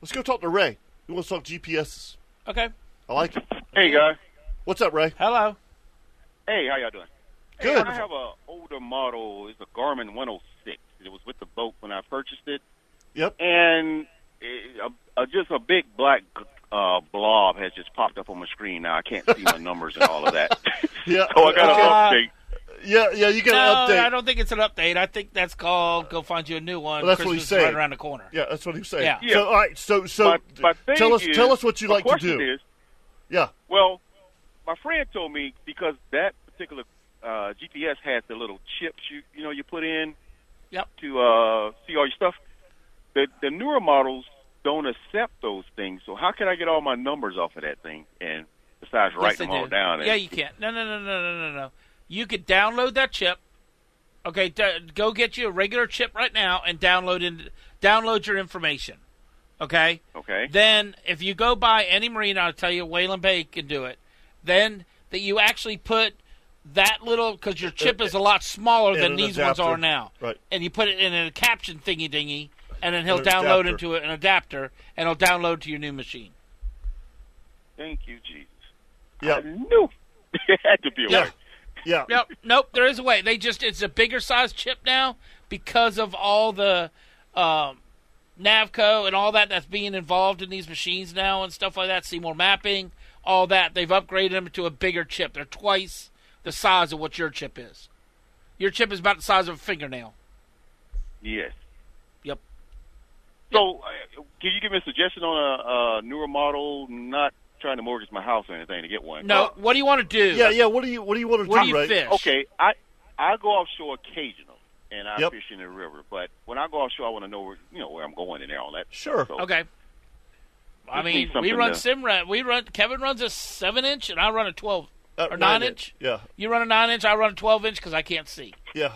Speaker 1: Let's go talk to Ray. He wants to talk GPS.
Speaker 4: Okay.
Speaker 1: I like it.
Speaker 7: Hey guys.
Speaker 1: What's up, Ray?
Speaker 4: Hello.
Speaker 7: Hey, how y'all doing?
Speaker 1: Good.
Speaker 7: Hey, I have a older model. It's a Garmin 106. It was with the boat when I purchased it,
Speaker 1: Yep.
Speaker 7: and it, a, a, just a big black g- uh, blob has just popped up on my screen now. I can't see
Speaker 1: <laughs>
Speaker 7: my numbers and all of that.
Speaker 1: Yeah.
Speaker 7: <laughs> so I got to
Speaker 4: Uh,
Speaker 7: update.
Speaker 1: Yeah, yeah, you
Speaker 4: No,
Speaker 1: got to update.
Speaker 4: I don't think it's an update. I think that's called go find you a new one.
Speaker 1: Well, that's what
Speaker 4: Christmas
Speaker 1: he's
Speaker 4: is right
Speaker 1: saying.
Speaker 4: around the corner.
Speaker 1: Yeah, that's what he was saying.
Speaker 4: Yeah.
Speaker 1: So, all right, so so
Speaker 7: my, my thing
Speaker 1: tell us
Speaker 7: is,
Speaker 1: tell us what you
Speaker 7: my
Speaker 1: like to
Speaker 7: question
Speaker 1: do.
Speaker 7: Is,
Speaker 1: yeah.
Speaker 7: well, my friend told me because that particular uh, GPS has the little chips you you know you put in
Speaker 4: Yep.
Speaker 7: to uh, see all your stuff. The the newer models don't accept those things. So how can I get all my numbers off of that thing and besides
Speaker 4: Yes,
Speaker 7: writing
Speaker 4: they
Speaker 7: them all
Speaker 4: do.
Speaker 7: down? and-
Speaker 4: Yeah, you can't. No, no, no, no, no, no, no. You could download that chip. Okay, d- go get you a regular chip right now and download in, download your information. Okay.
Speaker 7: Okay.
Speaker 4: Then, if you go by any marine, I'll tell you Wayland Bay can do it. Then that you actually put that little because your chip is a lot smaller
Speaker 1: and
Speaker 4: than
Speaker 1: an
Speaker 4: these ones
Speaker 1: adapter.
Speaker 4: are now.
Speaker 1: Right.
Speaker 4: And you put it in a caption thingy dingy, and then he'll
Speaker 1: And an
Speaker 4: download
Speaker 1: adapter.
Speaker 4: into an adapter, and it'll download to your new machine.
Speaker 7: Thank you, Jesus.
Speaker 1: Yeah.
Speaker 7: No, <laughs> it had to be a
Speaker 1: Yeah.
Speaker 7: way.
Speaker 1: Yeah.
Speaker 4: Nope, nope. There is a way. They just it's a bigger size chip now because of all the um, Navco and all that that's being involved in these machines now and stuff like that. Seymour mapping, all that. They've upgraded them to a bigger chip. They're twice the size of what your chip is. Your chip is about the size of a fingernail.
Speaker 7: Yes.
Speaker 4: Yep.
Speaker 7: So, uh, can you give me a suggestion on a, a newer model? Not trying to mortgage my house or anything to get one.
Speaker 4: No. what do you want to do?
Speaker 1: Yeah, yeah. What do you what do you want to
Speaker 4: What
Speaker 1: do,
Speaker 4: do you
Speaker 1: right?
Speaker 4: fish?
Speaker 7: Okay, I I go offshore occasionally, and I
Speaker 1: Yep.
Speaker 7: fish in the river. But when I go offshore, I want to know where you know where I'm going and all that.
Speaker 1: Sure.
Speaker 7: So,
Speaker 4: Okay. I
Speaker 7: Just need
Speaker 4: mean, we
Speaker 7: something
Speaker 4: run
Speaker 7: to-
Speaker 4: Simrat. We run. Kevin runs a seven inch, and I run a twelve
Speaker 1: Uh,
Speaker 4: or
Speaker 1: nine
Speaker 4: nine
Speaker 1: inch.
Speaker 4: inch.
Speaker 1: Yeah.
Speaker 4: You run a nine inch. I run a twelve inch because I can't see.
Speaker 1: Yeah.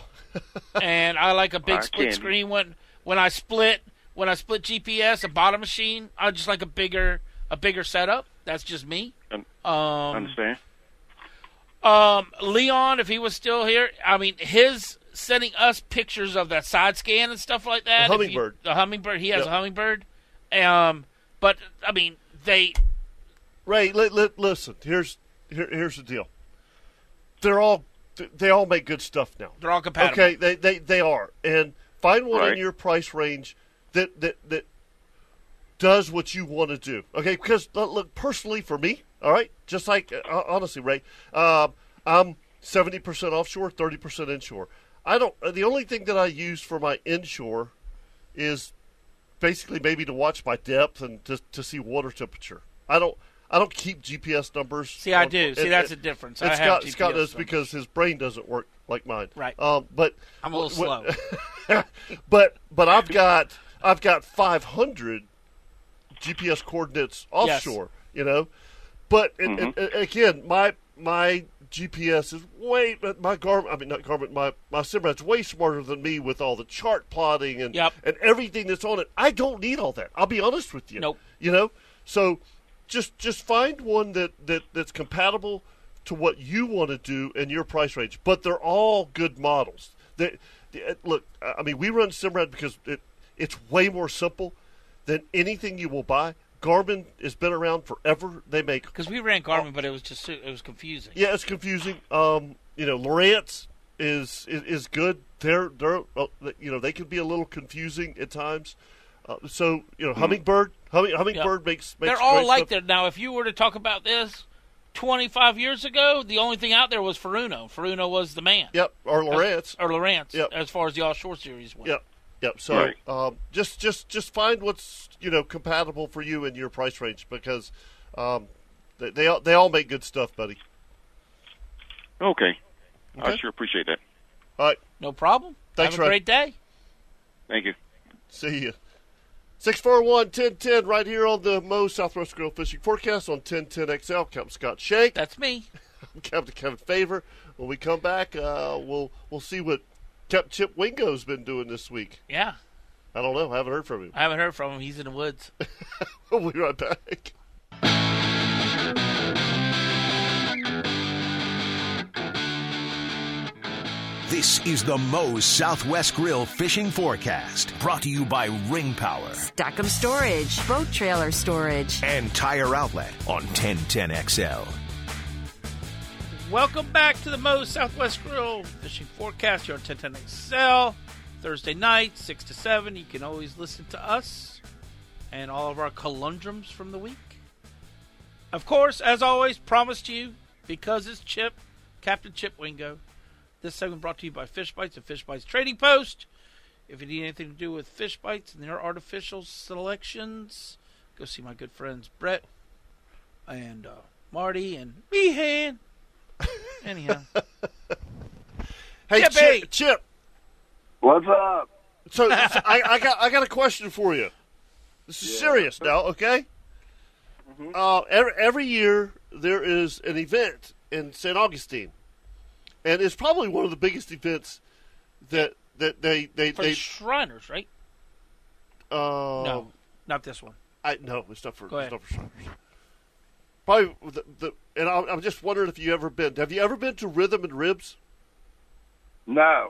Speaker 4: and I like a big
Speaker 7: I
Speaker 4: split
Speaker 7: can.
Speaker 4: screen when when I split when I split GPS a bottom machine. I just like a bigger a bigger setup. That's just me.
Speaker 7: Un-
Speaker 4: Um,
Speaker 7: Understand?
Speaker 4: um, Leon, if he was still here, I mean his sending us pictures of that side scan and stuff like that.
Speaker 1: The
Speaker 4: if you-
Speaker 1: hummingbird.
Speaker 4: the hummingbird. He has
Speaker 1: Yep.
Speaker 4: a hummingbird. Um, but I mean they.
Speaker 1: Ray, li- li- listen. Here's here, here's the deal. They're all th- they all make good stuff now.
Speaker 4: They're all compatible.
Speaker 1: Okay, they they, they are. And find one in
Speaker 7: Right.
Speaker 1: your price range that that that does what you want to do. Okay, because uh, look, personally for me, all right, just like uh, honestly, Ray, um, I'm seventy percent offshore, thirty percent inshore. I don't. The only thing that I use for my inshore is basically maybe to watch my depth and to, to see water temperature. I don't I don't keep GPS numbers.
Speaker 4: See, I do. See, that's the difference. I
Speaker 1: and
Speaker 4: have
Speaker 1: Scott
Speaker 4: GPS
Speaker 1: Scott does
Speaker 4: numbers.
Speaker 1: because his brain doesn't work like mine.
Speaker 4: Right.
Speaker 1: Um, but
Speaker 4: I'm a little slow.
Speaker 1: what- but but I've got I've got 500 GPS coordinates offshore. You know, but it, it-
Speaker 4: Mm-hmm.
Speaker 1: it- again, my my GPS is way but my Garmin. I mean, not Garmin. My my Simrad's way smarter than me with all the chart plotting and
Speaker 4: Yep.
Speaker 1: and everything that's on it. I don't need all that. I'll be honest with you.
Speaker 4: Nope.
Speaker 1: You know, so just just find one that, that that's compatible to what you want to do and your price range. But they're all good models. They, they- uh, look, I I mean, we run Simrad because it it's way more simple than anything you will buy. Garmin has been around forever. They make
Speaker 4: Because we ran Garmin, but it was just it was confusing.
Speaker 1: yeah, it's confusing. Um, you know, Lawrence is is, is good. They're they're uh, you know they can be a little confusing at times. Uh, so you know, hummingbird, humming, hummingbird makes, makes
Speaker 4: Mm-hmm. They're all
Speaker 1: great
Speaker 4: like
Speaker 1: stuff.
Speaker 4: that now. If you were to talk about this 25 years ago, the only thing out there was Faruno. Faruno was the man.
Speaker 1: Yep, or Lawrence.
Speaker 4: Or Lawrence,
Speaker 1: Yep.
Speaker 4: as far as the offshore series went.
Speaker 1: Yep, yep. So
Speaker 7: Right.
Speaker 1: um, just just just find what's you know compatible for you and your price range because um, they they all, they all make good stuff, buddy.
Speaker 7: Okay. I
Speaker 1: Okay.
Speaker 7: sure appreciate that.
Speaker 1: All right,
Speaker 4: No problem.
Speaker 1: Thanks,
Speaker 4: Have a
Speaker 1: Ray.
Speaker 4: great day.
Speaker 7: Thank you.
Speaker 1: see you. 641-1010 right here on the Mo Southwest Grill Fishing Forecast on 1010XL. Captain Scott Shank,
Speaker 4: That's me.
Speaker 1: Captain Kevin Favor. When we come back, uh, we'll we'll see what Captain Chip Wingo's been doing this week.
Speaker 4: Yeah.
Speaker 1: I don't know. I haven't heard from him. <laughs>
Speaker 4: I haven't heard from him. He's in the woods.
Speaker 1: We'll be right back.
Speaker 2: This is the Moe's Southwest Grill Fishing Forecast, brought to you by Ring Power
Speaker 5: Stackham Storage, boat trailer storage.
Speaker 2: and Tire Outlet on 1010XL.
Speaker 4: Welcome back to the Moe's Southwest Grill Fishing Forecast. You're on 1010 Excel. Thursday night, 6 to 7. You can always listen to us and all of our conundrums from the week Of course, as always, promised you, because it's Chip, Captain Chip Wingo. This segment brought to you by Fish Bites and Fish Bites Trading Post. If you need anything to do with Fish Bites and their artificial selections, go see my good friends Brett and uh, Marty and Meehan. Anyhow,
Speaker 1: <laughs> Hey,
Speaker 4: Chip, hey.
Speaker 1: Chip. Chip.
Speaker 6: What's up?
Speaker 1: So, so I, I got I got a question for you. This is serious now, okay? Uh, every, every year there is an event in St. Augustine, and it's probably one of the biggest events that that they they,
Speaker 4: for
Speaker 1: they
Speaker 4: Shriners, right?
Speaker 1: uh,
Speaker 4: no, not this one.
Speaker 1: I no, it's not for
Speaker 4: Go
Speaker 1: it's
Speaker 4: ahead.
Speaker 1: not for Shriners. Probably the, the and I, I'm just wondering if you ever been. Have you ever been to Rhythm and Ribs?
Speaker 7: No,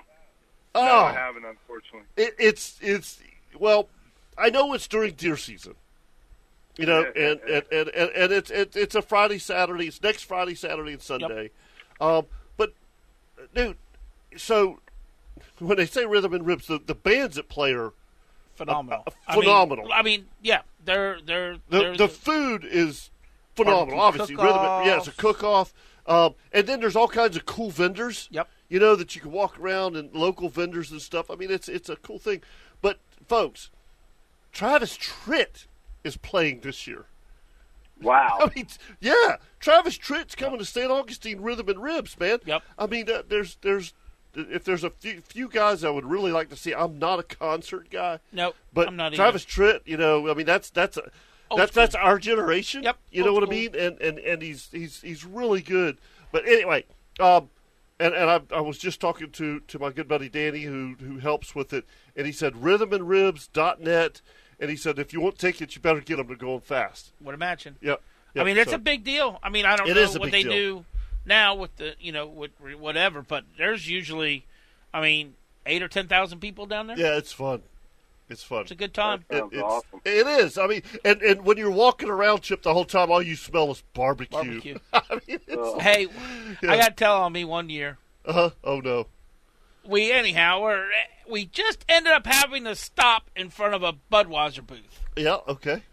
Speaker 1: Oh,
Speaker 7: no, I haven't, unfortunately.
Speaker 1: it, it's it's well, I know it's during deer season, you know, and and, and, and, and it's it, it's a Friday Saturday. It's next Friday Saturday and Sunday, um, but dude, so when they say rhythm and rips, the, the bands that play are
Speaker 4: Phenomenal.
Speaker 1: Uh, uh,
Speaker 4: I mean-
Speaker 1: phenomenal.
Speaker 4: I mean, yeah, they're they're
Speaker 1: the
Speaker 4: they're
Speaker 1: the food is phenomenal.
Speaker 4: Barbecue
Speaker 1: Obviously, rhythm. and- Yeah, it's a
Speaker 4: cook-offs.
Speaker 1: cook off, um, and then there's all kinds of cool vendors.
Speaker 4: Yep.
Speaker 1: You know that you can walk around and local vendors and stuff. I mean, it's it's a cool thing. But folks, Travis Tritt is playing this year. I <laughs>
Speaker 6: Wow.
Speaker 1: mean, yeah, Travis Tritt's coming to St. Augustine Rhythm and Ribs, man.
Speaker 4: Yep.
Speaker 1: I mean, uh, there's there's if there's a few, few guys I would really like to see. I'm not a concert guy.
Speaker 4: Nope,
Speaker 1: But
Speaker 4: I'm not either.
Speaker 1: Travis Tritt, you know, I mean, that's that's a,
Speaker 4: Old
Speaker 1: that's
Speaker 4: school.
Speaker 1: that's our generation.
Speaker 4: Yep, Oh,
Speaker 1: You know
Speaker 4: old
Speaker 1: what I
Speaker 4: school.
Speaker 1: mean? And and and he's he's he's really good. But anyway, um, and and I, I was just talking to to my good buddy Danny who who helps with it, and he said rhythmandribs.net, and he said if you want tickets, you better get them to going fast.
Speaker 4: would imagine.
Speaker 1: Yep.
Speaker 4: I mean, that's
Speaker 1: so-
Speaker 4: a big deal. I mean, I don't
Speaker 1: It
Speaker 4: know
Speaker 1: is a big
Speaker 4: what they
Speaker 1: deal.
Speaker 4: do now with the you know with re- whatever, but there's usually, I mean, eight or ten thousand people down there.
Speaker 1: Yeah, it's fun. It's fun.
Speaker 4: It's a good time.
Speaker 1: It-
Speaker 6: Sounds
Speaker 1: it's,
Speaker 6: awesome.
Speaker 1: It is. I mean, and, and when you're walking around, Chip, the whole time, all you smell is barbecue. <laughs>
Speaker 4: Barbecue. hey, I got to tell on me one year.
Speaker 1: Uh-huh. Oh no.
Speaker 4: We anyhow we're, we just ended up having to stop in front of a Budweiser booth.
Speaker 1: Yeah. Okay.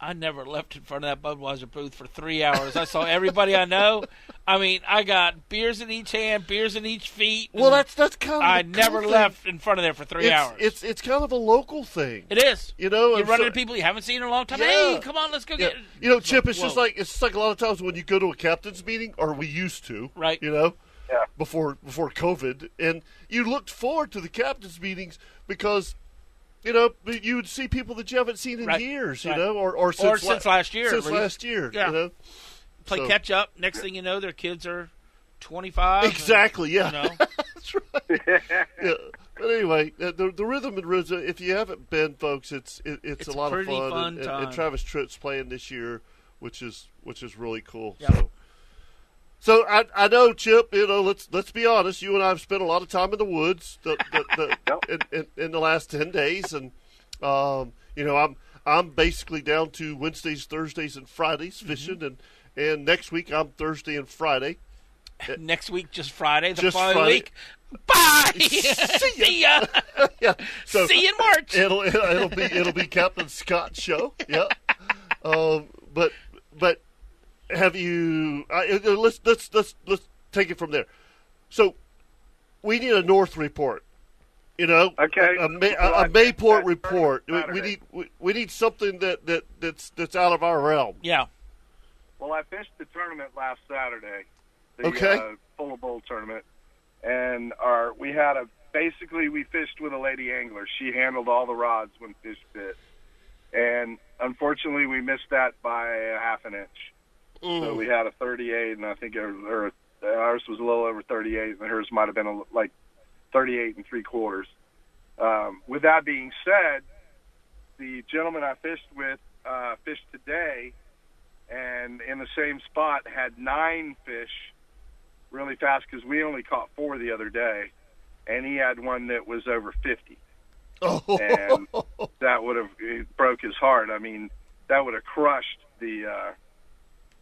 Speaker 4: I never left in front of that Budweiser booth for three hours. I saw everybody I know. I mean, I got beers in each hand, beers in each feet.
Speaker 1: Well, that's that's kind of.
Speaker 4: I
Speaker 1: the cool
Speaker 4: never
Speaker 1: thing.
Speaker 4: left in front of there for three
Speaker 1: It's,
Speaker 4: hours.
Speaker 1: it's it's kind of a local thing.
Speaker 4: It is.
Speaker 1: You know,
Speaker 4: you
Speaker 1: and
Speaker 4: run
Speaker 1: so-
Speaker 4: into people you haven't seen in a long time.
Speaker 1: Yeah.
Speaker 4: Hey, come on, let's go
Speaker 1: Yeah.
Speaker 4: get.
Speaker 1: You know, Chip, it's just
Speaker 4: Whoa.
Speaker 1: like it's just like a lot of times when you go to a captain's meeting, or we used to,
Speaker 4: Right.
Speaker 1: You know,
Speaker 6: Yeah.
Speaker 1: before before COVID, and you looked forward to the captain's meetings because. You know, you would see people that you haven't seen in
Speaker 4: Right.
Speaker 1: years, you
Speaker 4: Right.
Speaker 1: know, or or since, la-
Speaker 4: since last year, at
Speaker 1: Since
Speaker 4: least.
Speaker 1: last year,
Speaker 4: Yeah.
Speaker 1: you know,
Speaker 4: play
Speaker 1: so-
Speaker 4: catch up. Next thing you know, their kids are twenty five.
Speaker 1: exactly, yeah.
Speaker 4: You
Speaker 1: <laughs>
Speaker 4: know,
Speaker 1: That's right. yeah. But anyway, uh, the the rhythm and rhythm. If you haven't been, folks, it's it, it's,
Speaker 4: It's
Speaker 1: a
Speaker 4: a
Speaker 1: lot of
Speaker 4: pretty
Speaker 1: fun.
Speaker 4: fun
Speaker 1: and, and- and
Speaker 4: time.
Speaker 1: Travis Tritt's playing this year, which is which is really cool.
Speaker 4: Yep.
Speaker 1: So. So I I know Chip, you know let's let's be honest. You and I have spent a lot of time in the woods the, the, the, in, in, in the last ten days, and um, you know I'm I'm basically down to Wednesdays, Thursdays, and Fridays
Speaker 4: Mm-hmm.
Speaker 1: fishing, and and next week I'm Thursday and Friday.
Speaker 4: next week just Friday. The
Speaker 1: Just
Speaker 4: following
Speaker 1: Friday.
Speaker 4: week, bye.
Speaker 1: <laughs>
Speaker 4: <laughs> See ya.
Speaker 1: Yeah, so
Speaker 4: See you in
Speaker 1: <laughs>
Speaker 4: March.
Speaker 1: It'll it'll it'll be it'll be Captain Scott's show. Yeah. Um, but but have you? I uh, let's let's let's let's take it from there. So we need a North report. You know,
Speaker 6: Okay.
Speaker 1: a, a, May, a, a
Speaker 6: Right.
Speaker 1: Mayport
Speaker 6: That's
Speaker 1: report. We, we
Speaker 6: Saturday.
Speaker 1: need we, we need something that, that that's that's out of our realm.
Speaker 6: Uh,
Speaker 4: Yeah.
Speaker 8: Well, I fished the tournament last Saturday, the
Speaker 1: Okay.
Speaker 8: uh, Fuller Bowl tournament, and our we had a basically we fished with a lady angler. She handled all the rods when fish bit, and unfortunately we missed that by a half an inch. So we had a 38, and I think her, her, ours was a little over 38, and hers might have been a, li- like 38 and three quarters. Um, with that being said, the gentleman I fished with uh, fished today, and in the same spot had nine fish really fast because we only caught four the other day, and he had one that was over 50
Speaker 1: <laughs> Oh,
Speaker 8: and that would have it broke his heart. I mean, that would have crushed the uh,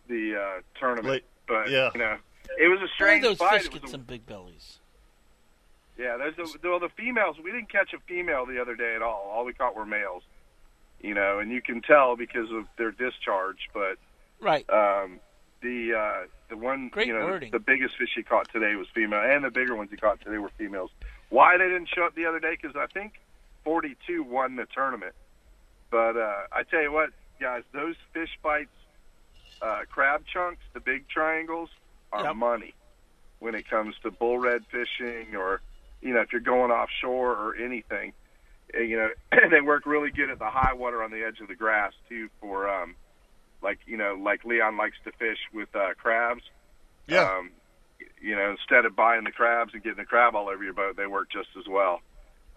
Speaker 8: the uh, tournament.
Speaker 1: Like,
Speaker 8: but
Speaker 1: yeah.
Speaker 8: you know, it was a
Speaker 4: Boy,
Speaker 8: strange
Speaker 4: those
Speaker 8: fight.
Speaker 4: fish
Speaker 8: It was
Speaker 4: get
Speaker 8: a-
Speaker 4: some big bellies.
Speaker 8: yeah, there's the, well, the females. We didn't catch a female the other day at all. All we caught were males. You know, and you can tell because of their discharge. But
Speaker 4: Right.
Speaker 8: Um, the uh, the one
Speaker 4: Great
Speaker 8: you know
Speaker 4: wording.
Speaker 8: the biggest fish he caught today was female, and the bigger ones he caught today were females. Why they didn't show up the other day? Because I think 42 won the tournament. But uh, I tell you what, guys, those fish bites, uh, crab chunks, the big triangles, are
Speaker 4: Yep.
Speaker 8: money when it comes to bull red fishing, or you know if you're going offshore or anything. Uh, You know, <clears throat> they work really good at the high water on the edge of the grass too for um, like you know, like Leon likes to fish with uh, crabs.
Speaker 1: Yeah.
Speaker 8: Um, you know, instead of buying the crabs and getting the crab all over your boat, they work just as well,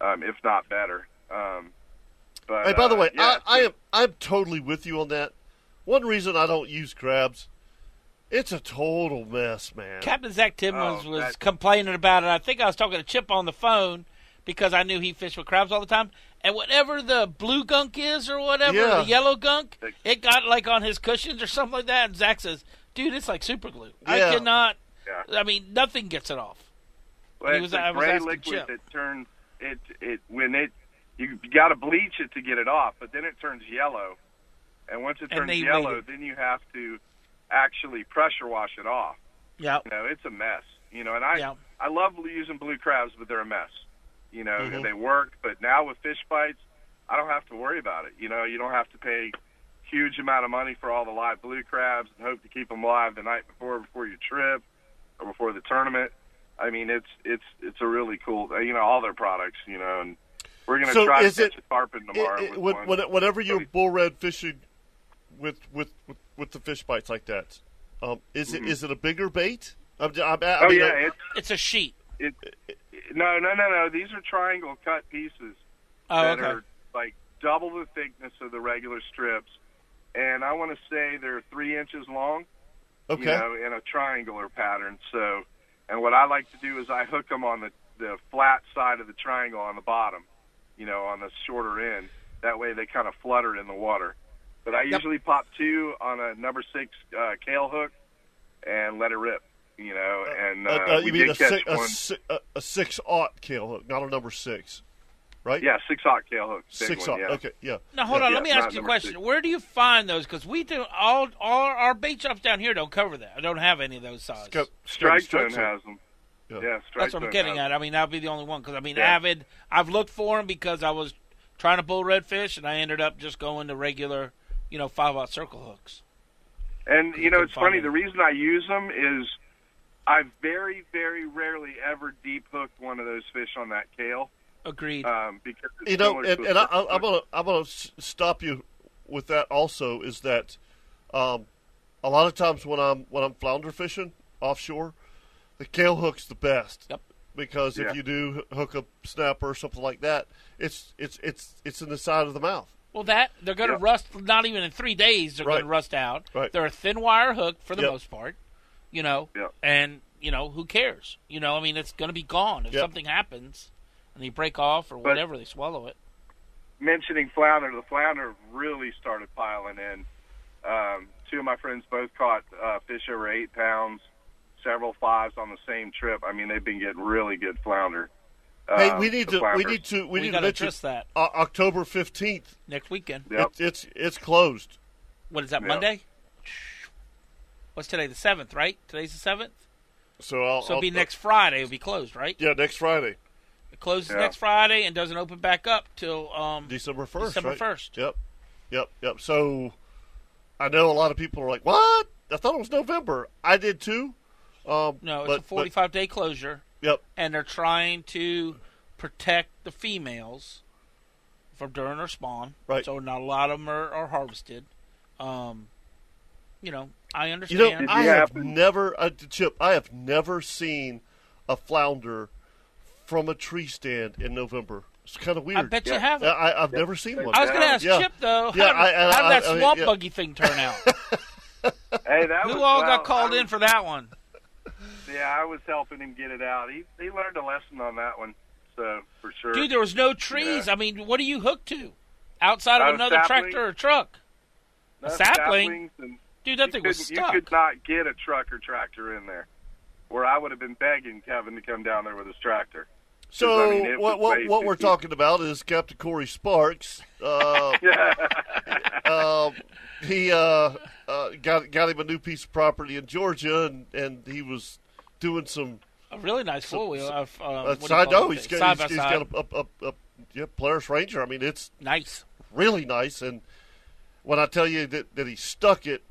Speaker 8: um, if not better. Um, but
Speaker 1: Hey, by the
Speaker 8: uh,
Speaker 1: way,
Speaker 8: yeah,
Speaker 1: I, I am I'm totally with you on that. One reason I don't use crabs, it's a total mess, man.
Speaker 4: Captain Zach Timmons
Speaker 8: Oh,
Speaker 4: was
Speaker 8: that-
Speaker 4: complaining about it. I think I was talking to Chip on the phone because I knew he fished with crabs all the time. And whatever the blue gunk is or whatever,
Speaker 1: Yeah.
Speaker 4: the yellow gunk, it got like on his cushions or something like that. And Zach says, dude, it's like super glue. I
Speaker 1: Yeah.
Speaker 4: cannot,
Speaker 8: Yeah.
Speaker 4: I mean, nothing gets it off.
Speaker 8: Well,
Speaker 4: He
Speaker 8: it's
Speaker 4: was- I
Speaker 8: a
Speaker 4: was
Speaker 8: gray
Speaker 4: asking
Speaker 8: liquid
Speaker 4: Chip.
Speaker 8: that turns it it when it you got to bleach it to get it off, but then it turns yellow, and once it
Speaker 4: And
Speaker 8: turns
Speaker 4: they
Speaker 8: yellow,
Speaker 4: waited.
Speaker 8: then you have to actually pressure wash it off.
Speaker 4: Yeah.
Speaker 8: You know, it's a mess. You know, and I
Speaker 4: Yeah.
Speaker 8: I love using blue crabs, but they're a mess. You know,
Speaker 1: Mm-hmm.
Speaker 8: and they work, but now with fish bites, I don't have to worry about it. You know, you don't have to pay huge amount of money for all the live blue crabs and hope to keep them live the night before before your trip or before the tournament. I mean, it's it's it's a really cool. You know, all their products. You know, and we're gonna
Speaker 1: So
Speaker 8: try
Speaker 1: is
Speaker 8: to catch
Speaker 1: it-
Speaker 8: a tarpon
Speaker 1: It-
Speaker 8: tomorrow.
Speaker 1: it-
Speaker 8: with
Speaker 1: when-
Speaker 8: one.
Speaker 1: when- whenever you're bull red fishing with with with, with the fish bites like that, um, is it is it a bigger bait? I'm, I'm, I
Speaker 8: Mm-hmm. oh
Speaker 1: mean, uh,
Speaker 8: yeah,
Speaker 1: I-
Speaker 8: it's
Speaker 4: It's a sheet.
Speaker 8: it, no, no, no, no. These are triangle cut pieces
Speaker 4: Oh,
Speaker 8: that
Speaker 4: okay.
Speaker 8: are like double the thickness of the regular strips, and I want to say they're three inches long.
Speaker 1: okay.
Speaker 8: You know, in a triangular pattern. So, and what I like to do is I hook them on the the flat side of the triangle on the bottom. You know, on the shorter end. That way they kind of flutter in the water. But I usually pop two on a number six uh, kale hook and let it rip. You know, and uh,
Speaker 1: Uh, uh,
Speaker 8: we
Speaker 1: you mean
Speaker 8: did
Speaker 1: a,
Speaker 8: catch
Speaker 1: six, a,
Speaker 8: one.
Speaker 1: si- a, a six aught kill hook, not a number six, right?
Speaker 8: Yeah, six hot tail hook. Big
Speaker 1: six
Speaker 8: one,
Speaker 1: aught.
Speaker 8: yeah.
Speaker 1: Okay, yeah.
Speaker 4: Now hold
Speaker 8: Yeah,
Speaker 4: on,
Speaker 8: yeah,
Speaker 4: let me
Speaker 8: it's
Speaker 4: ask
Speaker 8: not
Speaker 4: you a
Speaker 8: number
Speaker 4: question.
Speaker 8: six.
Speaker 4: Where do you find those? Because we do all, all our bait shops down here don't cover that. I don't have any of those sizes.
Speaker 1: Go-
Speaker 8: Strike
Speaker 1: strike
Speaker 8: Zone
Speaker 1: zone.
Speaker 8: has them.
Speaker 1: Yeah.
Speaker 8: Yeah, Strike
Speaker 4: That's what I'm
Speaker 8: Zone
Speaker 4: getting
Speaker 8: has
Speaker 4: at. I mean, I'll be the only one because I mean,
Speaker 8: Yeah.
Speaker 4: avid. I've looked for them because I was trying to pull redfish, and I ended up just going to regular, you know, five out circle hooks.
Speaker 8: And you know,
Speaker 4: can
Speaker 8: it's funny.
Speaker 4: find
Speaker 8: The
Speaker 4: it.
Speaker 8: reason I use them is I very, very rarely ever deep hooked one of those fish on that kale
Speaker 4: Agreed.
Speaker 1: Uh,
Speaker 8: um, because it's
Speaker 1: you know,
Speaker 8: similar
Speaker 1: and,
Speaker 8: to a
Speaker 1: and I,
Speaker 8: circle
Speaker 1: I- I'm
Speaker 8: hook.
Speaker 1: gonna I'm gonna s- stop you with that. Also, is that um, a lot of times when I'm when I'm flounder fishing offshore, the kale hook's the best.
Speaker 4: Yep.
Speaker 1: Because
Speaker 8: Yeah.
Speaker 1: if you do h- hook a snapper or something like that, it's it's it's it's in the side of the mouth.
Speaker 4: well, that they're going to
Speaker 8: yeah.
Speaker 4: rust. Not even in three days, they're going
Speaker 1: Right.
Speaker 4: to rust out.
Speaker 1: Right.
Speaker 4: They're a thin wire hook for the
Speaker 1: Yep.
Speaker 4: most part, you know.
Speaker 8: Yeah.
Speaker 4: And you know, who cares? You know, I mean, it's going to be gone if
Speaker 1: Yep.
Speaker 4: something happens and they break off or whatever. They swallow it.
Speaker 8: mentioning flounder, the flounder really started piling in. Um, two of my friends both caught uh, fish over eight pounds, several fives on the same trip. I mean, they've been getting really good flounder.
Speaker 1: hey,
Speaker 8: um,
Speaker 1: we need
Speaker 8: the
Speaker 1: to we
Speaker 8: flounders.
Speaker 1: need to we,
Speaker 4: We,
Speaker 1: need
Speaker 4: got
Speaker 1: to mention
Speaker 4: to address that
Speaker 1: O- October fifteenth.
Speaker 4: next weekend.
Speaker 8: Yep.
Speaker 1: It's it's it's closed.
Speaker 4: What is that?
Speaker 8: Yeah.
Speaker 4: Monday. What's today? The seventh, right? Today's the seventh.
Speaker 1: So I'll,
Speaker 4: So it'll be
Speaker 1: I'll-
Speaker 4: next Friday. It'll be closed, right?
Speaker 1: Yeah, next Friday,
Speaker 4: It closes
Speaker 8: Yeah.
Speaker 4: next Friday and doesn't open back up till um,
Speaker 1: December first.
Speaker 4: December
Speaker 1: right?
Speaker 4: 1st.
Speaker 1: Yep, yep, yep. So I know a lot of people are like, "What? I thought it was November." I did too. Um,
Speaker 4: no, it's
Speaker 1: but-
Speaker 4: a
Speaker 1: but-
Speaker 4: 45 day closure,
Speaker 1: yep,
Speaker 4: and they're trying to protect the females from during their spawn.
Speaker 1: Right.
Speaker 4: So not a lot of them are, are harvested. Um, you know, I
Speaker 1: you
Speaker 4: understand.
Speaker 1: know,
Speaker 8: Did
Speaker 1: I
Speaker 8: you
Speaker 1: have
Speaker 8: happen-
Speaker 1: never, uh, Chip, I have never seen a flounder from a tree stand in November. It's kind of weird.
Speaker 4: bet you Yeah. haven't.
Speaker 1: I, I've never seen one.
Speaker 4: I was going to ask
Speaker 1: Yeah.
Speaker 4: Chip though, how
Speaker 1: Yeah,
Speaker 4: did,
Speaker 1: I- I-
Speaker 4: how did
Speaker 1: I-
Speaker 4: that
Speaker 1: I mean,
Speaker 4: swamp
Speaker 1: yeah.
Speaker 4: buggy thing turn out?
Speaker 1: <laughs>
Speaker 8: Hey, that
Speaker 4: Who
Speaker 8: was,
Speaker 4: all
Speaker 8: well,
Speaker 4: got called
Speaker 8: I
Speaker 4: in
Speaker 8: was-
Speaker 4: for that one?
Speaker 8: Yeah, I was helping him get it out. He he learned a lesson on that one, so for sure.
Speaker 4: Dude, there was no trees.
Speaker 8: Yeah.
Speaker 4: I mean, what are you hooked to? Outside of
Speaker 8: Uh,
Speaker 4: another
Speaker 8: sapling.
Speaker 4: tractor or truck,
Speaker 8: No
Speaker 4: a sapling.
Speaker 8: saplings and
Speaker 4: dude. That
Speaker 8: you
Speaker 4: thing was
Speaker 8: couldn't-
Speaker 4: stuck.
Speaker 8: You could not get a truck or tractor in there, where I would have been begging Kevin to come down there with his tractor.
Speaker 1: So
Speaker 8: I mean, it
Speaker 1: what
Speaker 8: was
Speaker 1: what,
Speaker 8: way
Speaker 1: what
Speaker 8: too
Speaker 1: we're
Speaker 8: deep.
Speaker 1: talking about is Captain Corey Sparks.
Speaker 8: <laughs>
Speaker 1: Uh, uh, he uh, uh, got got him a new piece of property in Georgia, and, and he was doing some.
Speaker 4: A really nice four wheel. Uh, f- um,
Speaker 1: Uh,
Speaker 4: what do you
Speaker 1: side,
Speaker 4: call
Speaker 1: no,
Speaker 4: it?
Speaker 1: he's got,
Speaker 4: Side
Speaker 1: he's,
Speaker 4: by
Speaker 1: he's
Speaker 4: side.
Speaker 1: got a, a, a, a yeah, Polaris Ranger. I mean, it's
Speaker 4: nice.
Speaker 1: really nice. And when I tell you that, that he stuck it,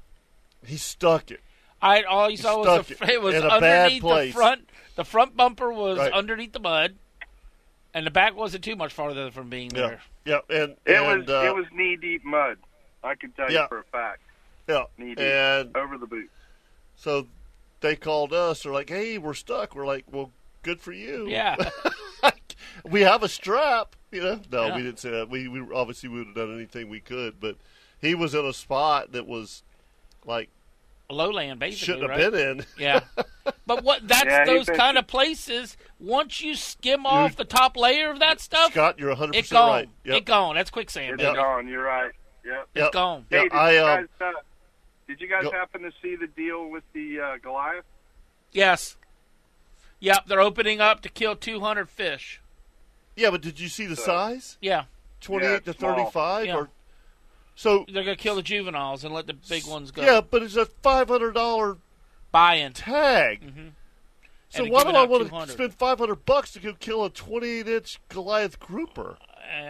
Speaker 1: he stuck it.
Speaker 4: I all you saw was
Speaker 1: stuck
Speaker 4: the, it was
Speaker 1: in a bad
Speaker 4: underneath the
Speaker 1: place.
Speaker 4: front. The front bumper was
Speaker 1: Right.
Speaker 4: underneath the mud, and the back wasn't too much farther from being
Speaker 1: Yeah,
Speaker 4: there.
Speaker 1: yeah, and
Speaker 8: It
Speaker 1: and,
Speaker 8: was
Speaker 1: uh,
Speaker 8: it was knee deep mud. I can tell
Speaker 1: Yeah.
Speaker 8: you for a fact,
Speaker 1: yeah,
Speaker 8: knee deep
Speaker 1: and
Speaker 8: over the boot.
Speaker 1: so they called us. They're like, "Hey, we're stuck." We're like, "Well, good for you." <laughs>
Speaker 4: Yeah,
Speaker 1: we have a strap. You know, no,
Speaker 4: Yeah.
Speaker 1: we didn't say that. We, we obviously we would have done anything we could, but he was in a spot that was like
Speaker 4: lowland basically.
Speaker 1: shouldn't
Speaker 4: right?
Speaker 1: have been in. <laughs>
Speaker 4: Yeah. But what that's
Speaker 8: Yeah, he
Speaker 4: those
Speaker 8: thinks
Speaker 4: kind of places. Once you skim off the top layer of that stuff,
Speaker 1: Scott, you're 100
Speaker 4: it
Speaker 1: percent
Speaker 4: gone.
Speaker 1: right. Yep.
Speaker 4: It gone. That's quicksand.
Speaker 8: It's
Speaker 1: Yeah.
Speaker 4: baby.
Speaker 8: gone. You're right. Yep.
Speaker 1: Yep.
Speaker 4: It's gone.
Speaker 1: Yeah,
Speaker 8: Hey, did
Speaker 1: I
Speaker 8: you
Speaker 1: uh,
Speaker 8: guys, uh, did you guys
Speaker 1: go-
Speaker 8: happen to see the deal with the uh, Goliath?
Speaker 4: Yes. Yep. They're opening up to kill 200 fish.
Speaker 1: yeah, but did you see the size?
Speaker 4: Yeah.
Speaker 1: 28
Speaker 8: Yeah,
Speaker 1: to
Speaker 8: it's small.
Speaker 1: 35
Speaker 4: Yeah.
Speaker 1: or so
Speaker 4: They're gonna kill the juveniles and let the big ones go.
Speaker 1: Yeah, but it's a $500
Speaker 4: Buying.
Speaker 1: tag. So
Speaker 4: Mm-hmm. And
Speaker 1: why do
Speaker 4: giving
Speaker 1: I
Speaker 4: out
Speaker 1: want to
Speaker 4: 200.
Speaker 1: spend 500 bucks to go kill a 28-inch Goliath grouper?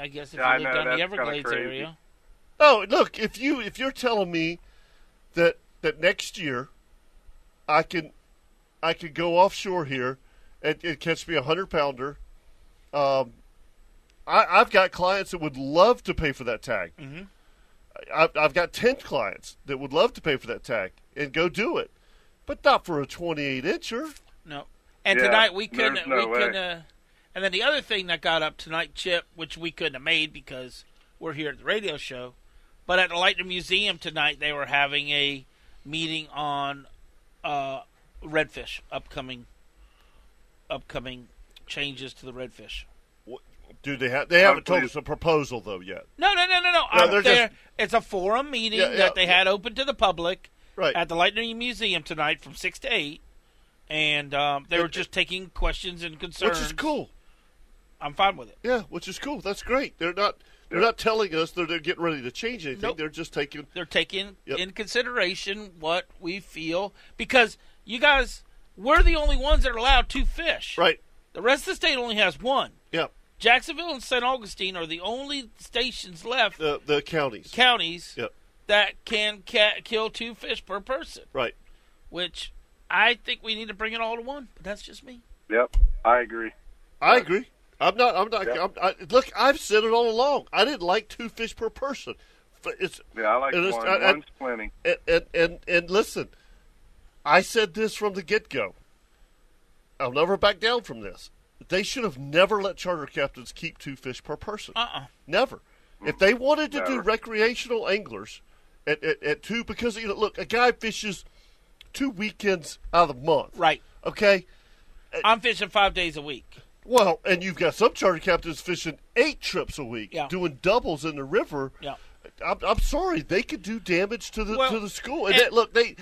Speaker 4: I guess if
Speaker 8: Yeah, I
Speaker 4: you
Speaker 8: know,
Speaker 4: live down
Speaker 8: that's
Speaker 4: the
Speaker 8: kinda
Speaker 4: Everglades
Speaker 8: crazy.
Speaker 4: area.
Speaker 1: No, look, if you if you're telling me that that next year I can I can go offshore here and, and catch me a hundred pounder, um, I, I've got clients that would love to pay for that tag. Mm-hmm. I, I've got ten clients that would love to pay for that tag and go do it, but not for a twenty-eight incher.
Speaker 4: No. And
Speaker 8: Yeah,
Speaker 4: tonight we couldn't.
Speaker 8: there's
Speaker 4: we
Speaker 8: no way.
Speaker 4: couldn't. Uh, and then the other thing that got up tonight, Chip, which we couldn't have made because we're here at the radio show, but at the Lightning Museum tonight they were having a meeting on uh, redfish, upcoming, upcoming changes to the redfish.
Speaker 1: Do they have? They haven't told
Speaker 8: Hopefully-
Speaker 1: us a proposal though yet.
Speaker 4: No, no, no, no, no.
Speaker 1: No,
Speaker 4: I'm
Speaker 1: they're
Speaker 4: there. It's a forum meeting
Speaker 1: Yeah, yeah,
Speaker 4: that they
Speaker 1: yeah.
Speaker 4: had open to the public
Speaker 1: Right.
Speaker 4: at the Lightning Museum tonight from six to eight, and um, they were just taking questions and concerns.
Speaker 1: Which is cool.
Speaker 4: I'm fine with it.
Speaker 1: Yeah, which is cool. That's great. They're not they're not telling us that they're getting ready to change anything.
Speaker 4: Nope.
Speaker 1: They're just taking
Speaker 4: They're taking
Speaker 1: Yep.
Speaker 4: in consideration what we feel because you guys, we're the only ones that are allowed two fish.
Speaker 1: right.
Speaker 4: The rest of the state only has one.
Speaker 1: Yeah,
Speaker 4: Jacksonville and St. Augustine are the only stations left
Speaker 1: the the counties.
Speaker 4: counties
Speaker 1: Yep.
Speaker 4: that can ca- kill two fish per person.
Speaker 1: right.
Speaker 4: which I think we need to bring it all to one. But that's just me.
Speaker 8: Yep, I agree.
Speaker 1: I agree. I'm not. I'm not. I'm, I, look, I've said it all along. I didn't like two fish per person. F- It's
Speaker 8: Yeah, I like
Speaker 1: and it's-
Speaker 8: one.
Speaker 1: I- I-
Speaker 8: One's plenty.
Speaker 1: and, and and and listen, I said this from the get go. I'll never back down from this. They should have never let charter captains keep two fish per
Speaker 8: Uh,
Speaker 1: person.
Speaker 4: Uh-uh.
Speaker 1: Never. If they wanted to do
Speaker 8: Never.
Speaker 1: recreational anglers at, at, at two, because you know, look, a guy fishes two weekends out of the month.
Speaker 4: Right.
Speaker 1: Okay. Uh,
Speaker 4: I'm fishing five days a week.
Speaker 1: Well, and you've got some charter captains fishing eight trips a week,
Speaker 4: Yeah.
Speaker 1: doing doubles in the river.
Speaker 4: Yeah.
Speaker 1: I'm, I'm sorry, they could do damage to the
Speaker 4: Well,
Speaker 1: to the school. And,
Speaker 4: and-
Speaker 1: they- look, they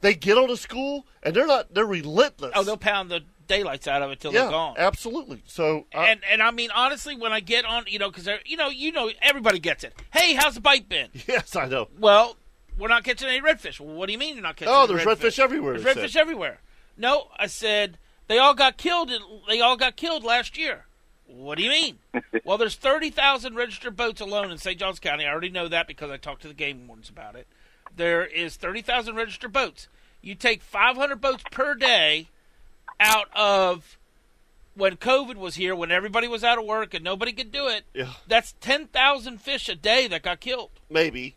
Speaker 1: they get on a school and they're not they're relentless.
Speaker 4: Oh, they'll pound the daylights out of it till
Speaker 1: yeah, Uh,
Speaker 4: they're gone.
Speaker 1: absolutely. So I,
Speaker 4: and and I mean honestly, when I get on, you know, because you know, you know, everybody gets it. Hey, how's the
Speaker 1: <laughs>
Speaker 4: bite been?
Speaker 1: <laughs> yes, I know.
Speaker 4: Well, we're not catching any redfish. Well, what do you mean you're not catching?
Speaker 1: Oh,
Speaker 4: any
Speaker 1: there's redfish everywhere,
Speaker 4: There's
Speaker 1: they
Speaker 4: redfish
Speaker 1: said.
Speaker 4: everywhere. No, I said they all got killed. In, they all got killed last year. What do
Speaker 1: <laughs>
Speaker 4: you mean? well, there's thirty thousand registered boats alone in St. Johns County. I already know that because I talked to the game wardens about it. There is thirty thousand registered boats. You take five hundred boats per day out of when COVID was here, when everybody was out of work and nobody could do it.
Speaker 1: Yeah.
Speaker 4: That's ten thousand fish a day that got killed.
Speaker 1: Maybe,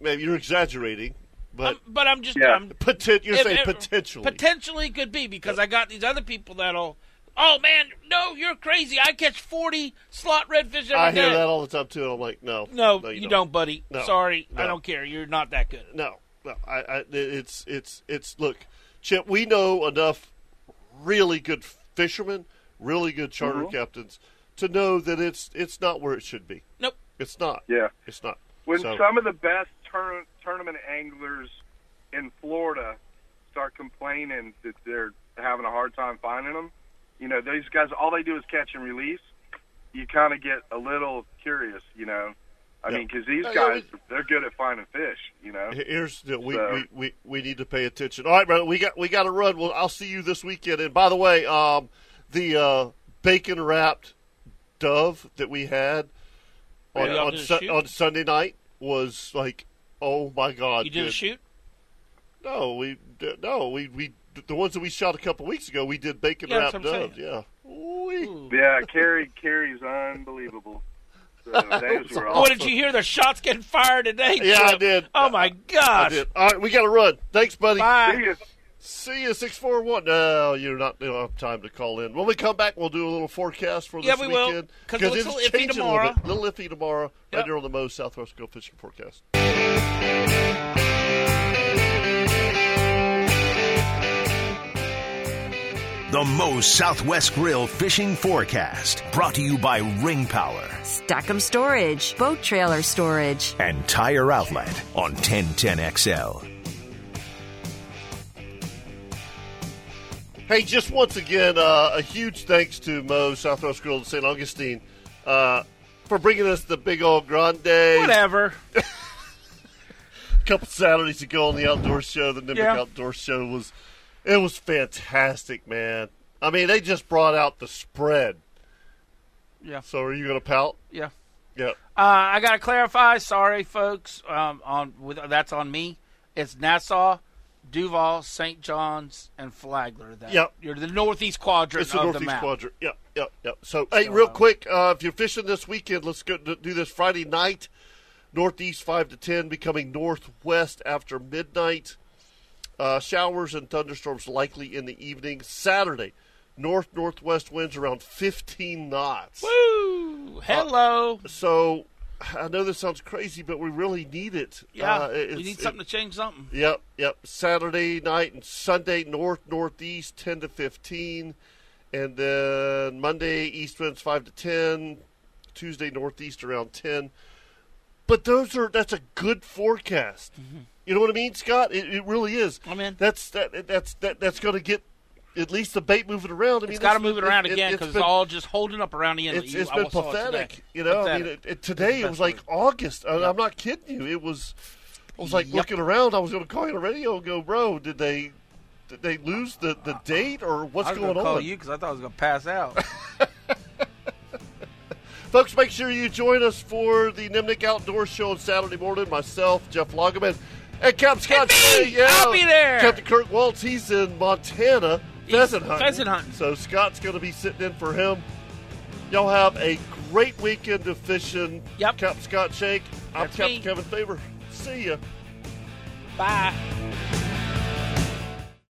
Speaker 1: maybe you're exaggerating, but
Speaker 4: I'm- but I'm just
Speaker 8: Yeah.
Speaker 4: I'm,
Speaker 1: poten- you're
Speaker 4: if-
Speaker 1: saying
Speaker 4: if-
Speaker 1: potentially.
Speaker 4: potentially could be because I got these other people that'll. Oh man, no, you're crazy. I catch forty slot redfish every
Speaker 1: I hear
Speaker 4: day."
Speaker 1: that all the time too, and I'm like, no,
Speaker 4: No, you, don't. buddy.
Speaker 1: No.
Speaker 4: Sorry, I
Speaker 1: No.
Speaker 4: don't care. You're not that good.
Speaker 1: no, no. I, I, it's, it's, it's. Look, Chip, we know enough really good fishermen, really good charter
Speaker 8: Mm-hmm.
Speaker 1: captains to know that it's, it's not where it should be.
Speaker 4: Nope.
Speaker 1: It's not.
Speaker 8: Yeah.
Speaker 1: it's not.
Speaker 8: When
Speaker 1: So-
Speaker 8: some of the best tour- tournament anglers in Florida start complaining that they're having a hard time finding them, you know, these guys, all they do is catch and release. You kind of get a little curious, you know. I
Speaker 1: Yeah.
Speaker 8: mean, 'cause these
Speaker 1: Yeah, yeah,
Speaker 8: guys, they're good at finding fish, you know.
Speaker 1: Here's the, we,
Speaker 8: So-
Speaker 1: we, we, we need to pay attention. All right, brother, we got we got to run. Well, I'll see you this weekend. And by the way, um, the uh, bacon wrapped dove that we had on
Speaker 4: Yeah. Y'all
Speaker 1: on,
Speaker 4: did a
Speaker 1: Sun-
Speaker 4: shoot?
Speaker 1: on Sunday night was like, oh my god!
Speaker 4: You did a
Speaker 1: good.
Speaker 4: shoot?
Speaker 1: No, we d- no we we the ones that we shot a couple weeks ago. We did bacon
Speaker 4: Yeah, that's
Speaker 1: wrapped
Speaker 4: what I'm
Speaker 1: doves. Yeah. Ooh-wee.
Speaker 8: Yeah, Carrie, Carrie's unbelievable.
Speaker 1: <laughs>
Speaker 8: So those were
Speaker 4: Boy,
Speaker 8: all.
Speaker 4: did you hear the shots getting fired today?
Speaker 1: Yeah, I
Speaker 4: Cliff?
Speaker 1: did.
Speaker 4: Oh my
Speaker 1: I
Speaker 4: gosh!
Speaker 1: did. All right, we got to run. Thanks, buddy.
Speaker 4: Bye.
Speaker 8: See ya.
Speaker 1: See you six four one. No, you're not. You don't have time to call in. When we come back, we'll do a little forecast for this
Speaker 4: Yeah, we will,
Speaker 1: weekend
Speaker 4: 'cause it
Speaker 1: it's
Speaker 4: looks a little iffy
Speaker 1: changing a
Speaker 4: tomorrow.
Speaker 1: little bit. A little iffy tomorrow. Right
Speaker 4: Yep.
Speaker 1: here on the Mo Southwest Go Fishing Forecast.
Speaker 2: The Moe's Southwest Grill Fishing Forecast, brought to you by Ring Power
Speaker 5: Stackham Storage, boat trailer storage.
Speaker 2: and Tire Outlet on 1010XL.
Speaker 1: Hey, just once again, uh, a huge thanks to Mo Southwest Grill in St. Augustine uh, for bringing us the big old grande.
Speaker 4: Whatever.
Speaker 1: A couple Saturdays ago on the outdoor show, the Nimbic
Speaker 4: Yeah.
Speaker 1: Outdoor Show was it was fantastic, man. I mean, they just brought out the spread.
Speaker 4: Yeah.
Speaker 1: So are you gonna pout?
Speaker 4: Yeah.
Speaker 1: Yep.
Speaker 4: Uh, I gotta clarify. Sorry, folks. Um, on with, that's on me. It's Nassau, Duval, St. John's, and Flagler. That
Speaker 1: Yep.
Speaker 4: you're the northeast quadrant
Speaker 1: It's
Speaker 4: of
Speaker 1: the northeast
Speaker 4: the map.
Speaker 1: quadrant. Yep, yep, yep. So, hey, real quick, uh, if you're fishing this weekend, let's go do do this Friday night. Northeast five to ten, becoming northwest after midnight. Uh, showers and thunderstorms likely in the evening. Saturday, north northwest winds around 15 knots. Uh,
Speaker 4: Woo! Hello.
Speaker 1: So, I know this sounds crazy, but we really need it.
Speaker 4: yeah.
Speaker 1: Uh, it-
Speaker 4: we
Speaker 1: it's-
Speaker 4: need
Speaker 1: it-
Speaker 4: something to change something.
Speaker 1: Yep, yep. Saturday night and Sunday north northeast ten to fifteen, and then Monday east winds five to ten, Tuesday northeast around ten. But those are that's a good forecast.
Speaker 4: Mm-hmm.
Speaker 1: You know what I mean, Scott? It, it really is.
Speaker 4: I'm in.
Speaker 1: That's that that's that that's going to get at least the bait moving around. I mean,
Speaker 4: It's got to
Speaker 1: this-
Speaker 4: move it around again
Speaker 1: it's
Speaker 4: because it's
Speaker 1: been-
Speaker 4: all just holding up around the end.
Speaker 1: it's,
Speaker 4: You-
Speaker 1: it's
Speaker 4: I
Speaker 1: been
Speaker 4: saw it today.
Speaker 1: pathetic, you know. I mean,
Speaker 4: Pathetic.
Speaker 1: it, it, today it was like August. I, I'm not kidding you. It was. I was like looking around. I was going to call you on the radio and go, bro, did they, did they lose the, the date or what's
Speaker 4: I was
Speaker 1: going
Speaker 4: gonna call
Speaker 1: on?
Speaker 4: you because I thought I was gonna pass out.
Speaker 1: <laughs> Folks, make sure you join us for the Nimnik Outdoor Show on Saturday morning. Myself, Jeff Loggeman, and Captain Scott.
Speaker 4: me!
Speaker 1: Shea, yeah.
Speaker 4: I'll be there!
Speaker 1: Captain Kirk Waltz, he's in Montana pheasant hunting.
Speaker 4: pheasant hunting.
Speaker 1: So Scott's going to be sitting in for him. Y'all have a great weekend of fishing.
Speaker 4: Yep.
Speaker 1: Captain Scott Shake. I'm
Speaker 4: That's
Speaker 1: Captain
Speaker 4: me.
Speaker 1: Kevin Faber. See ya.
Speaker 4: Bye.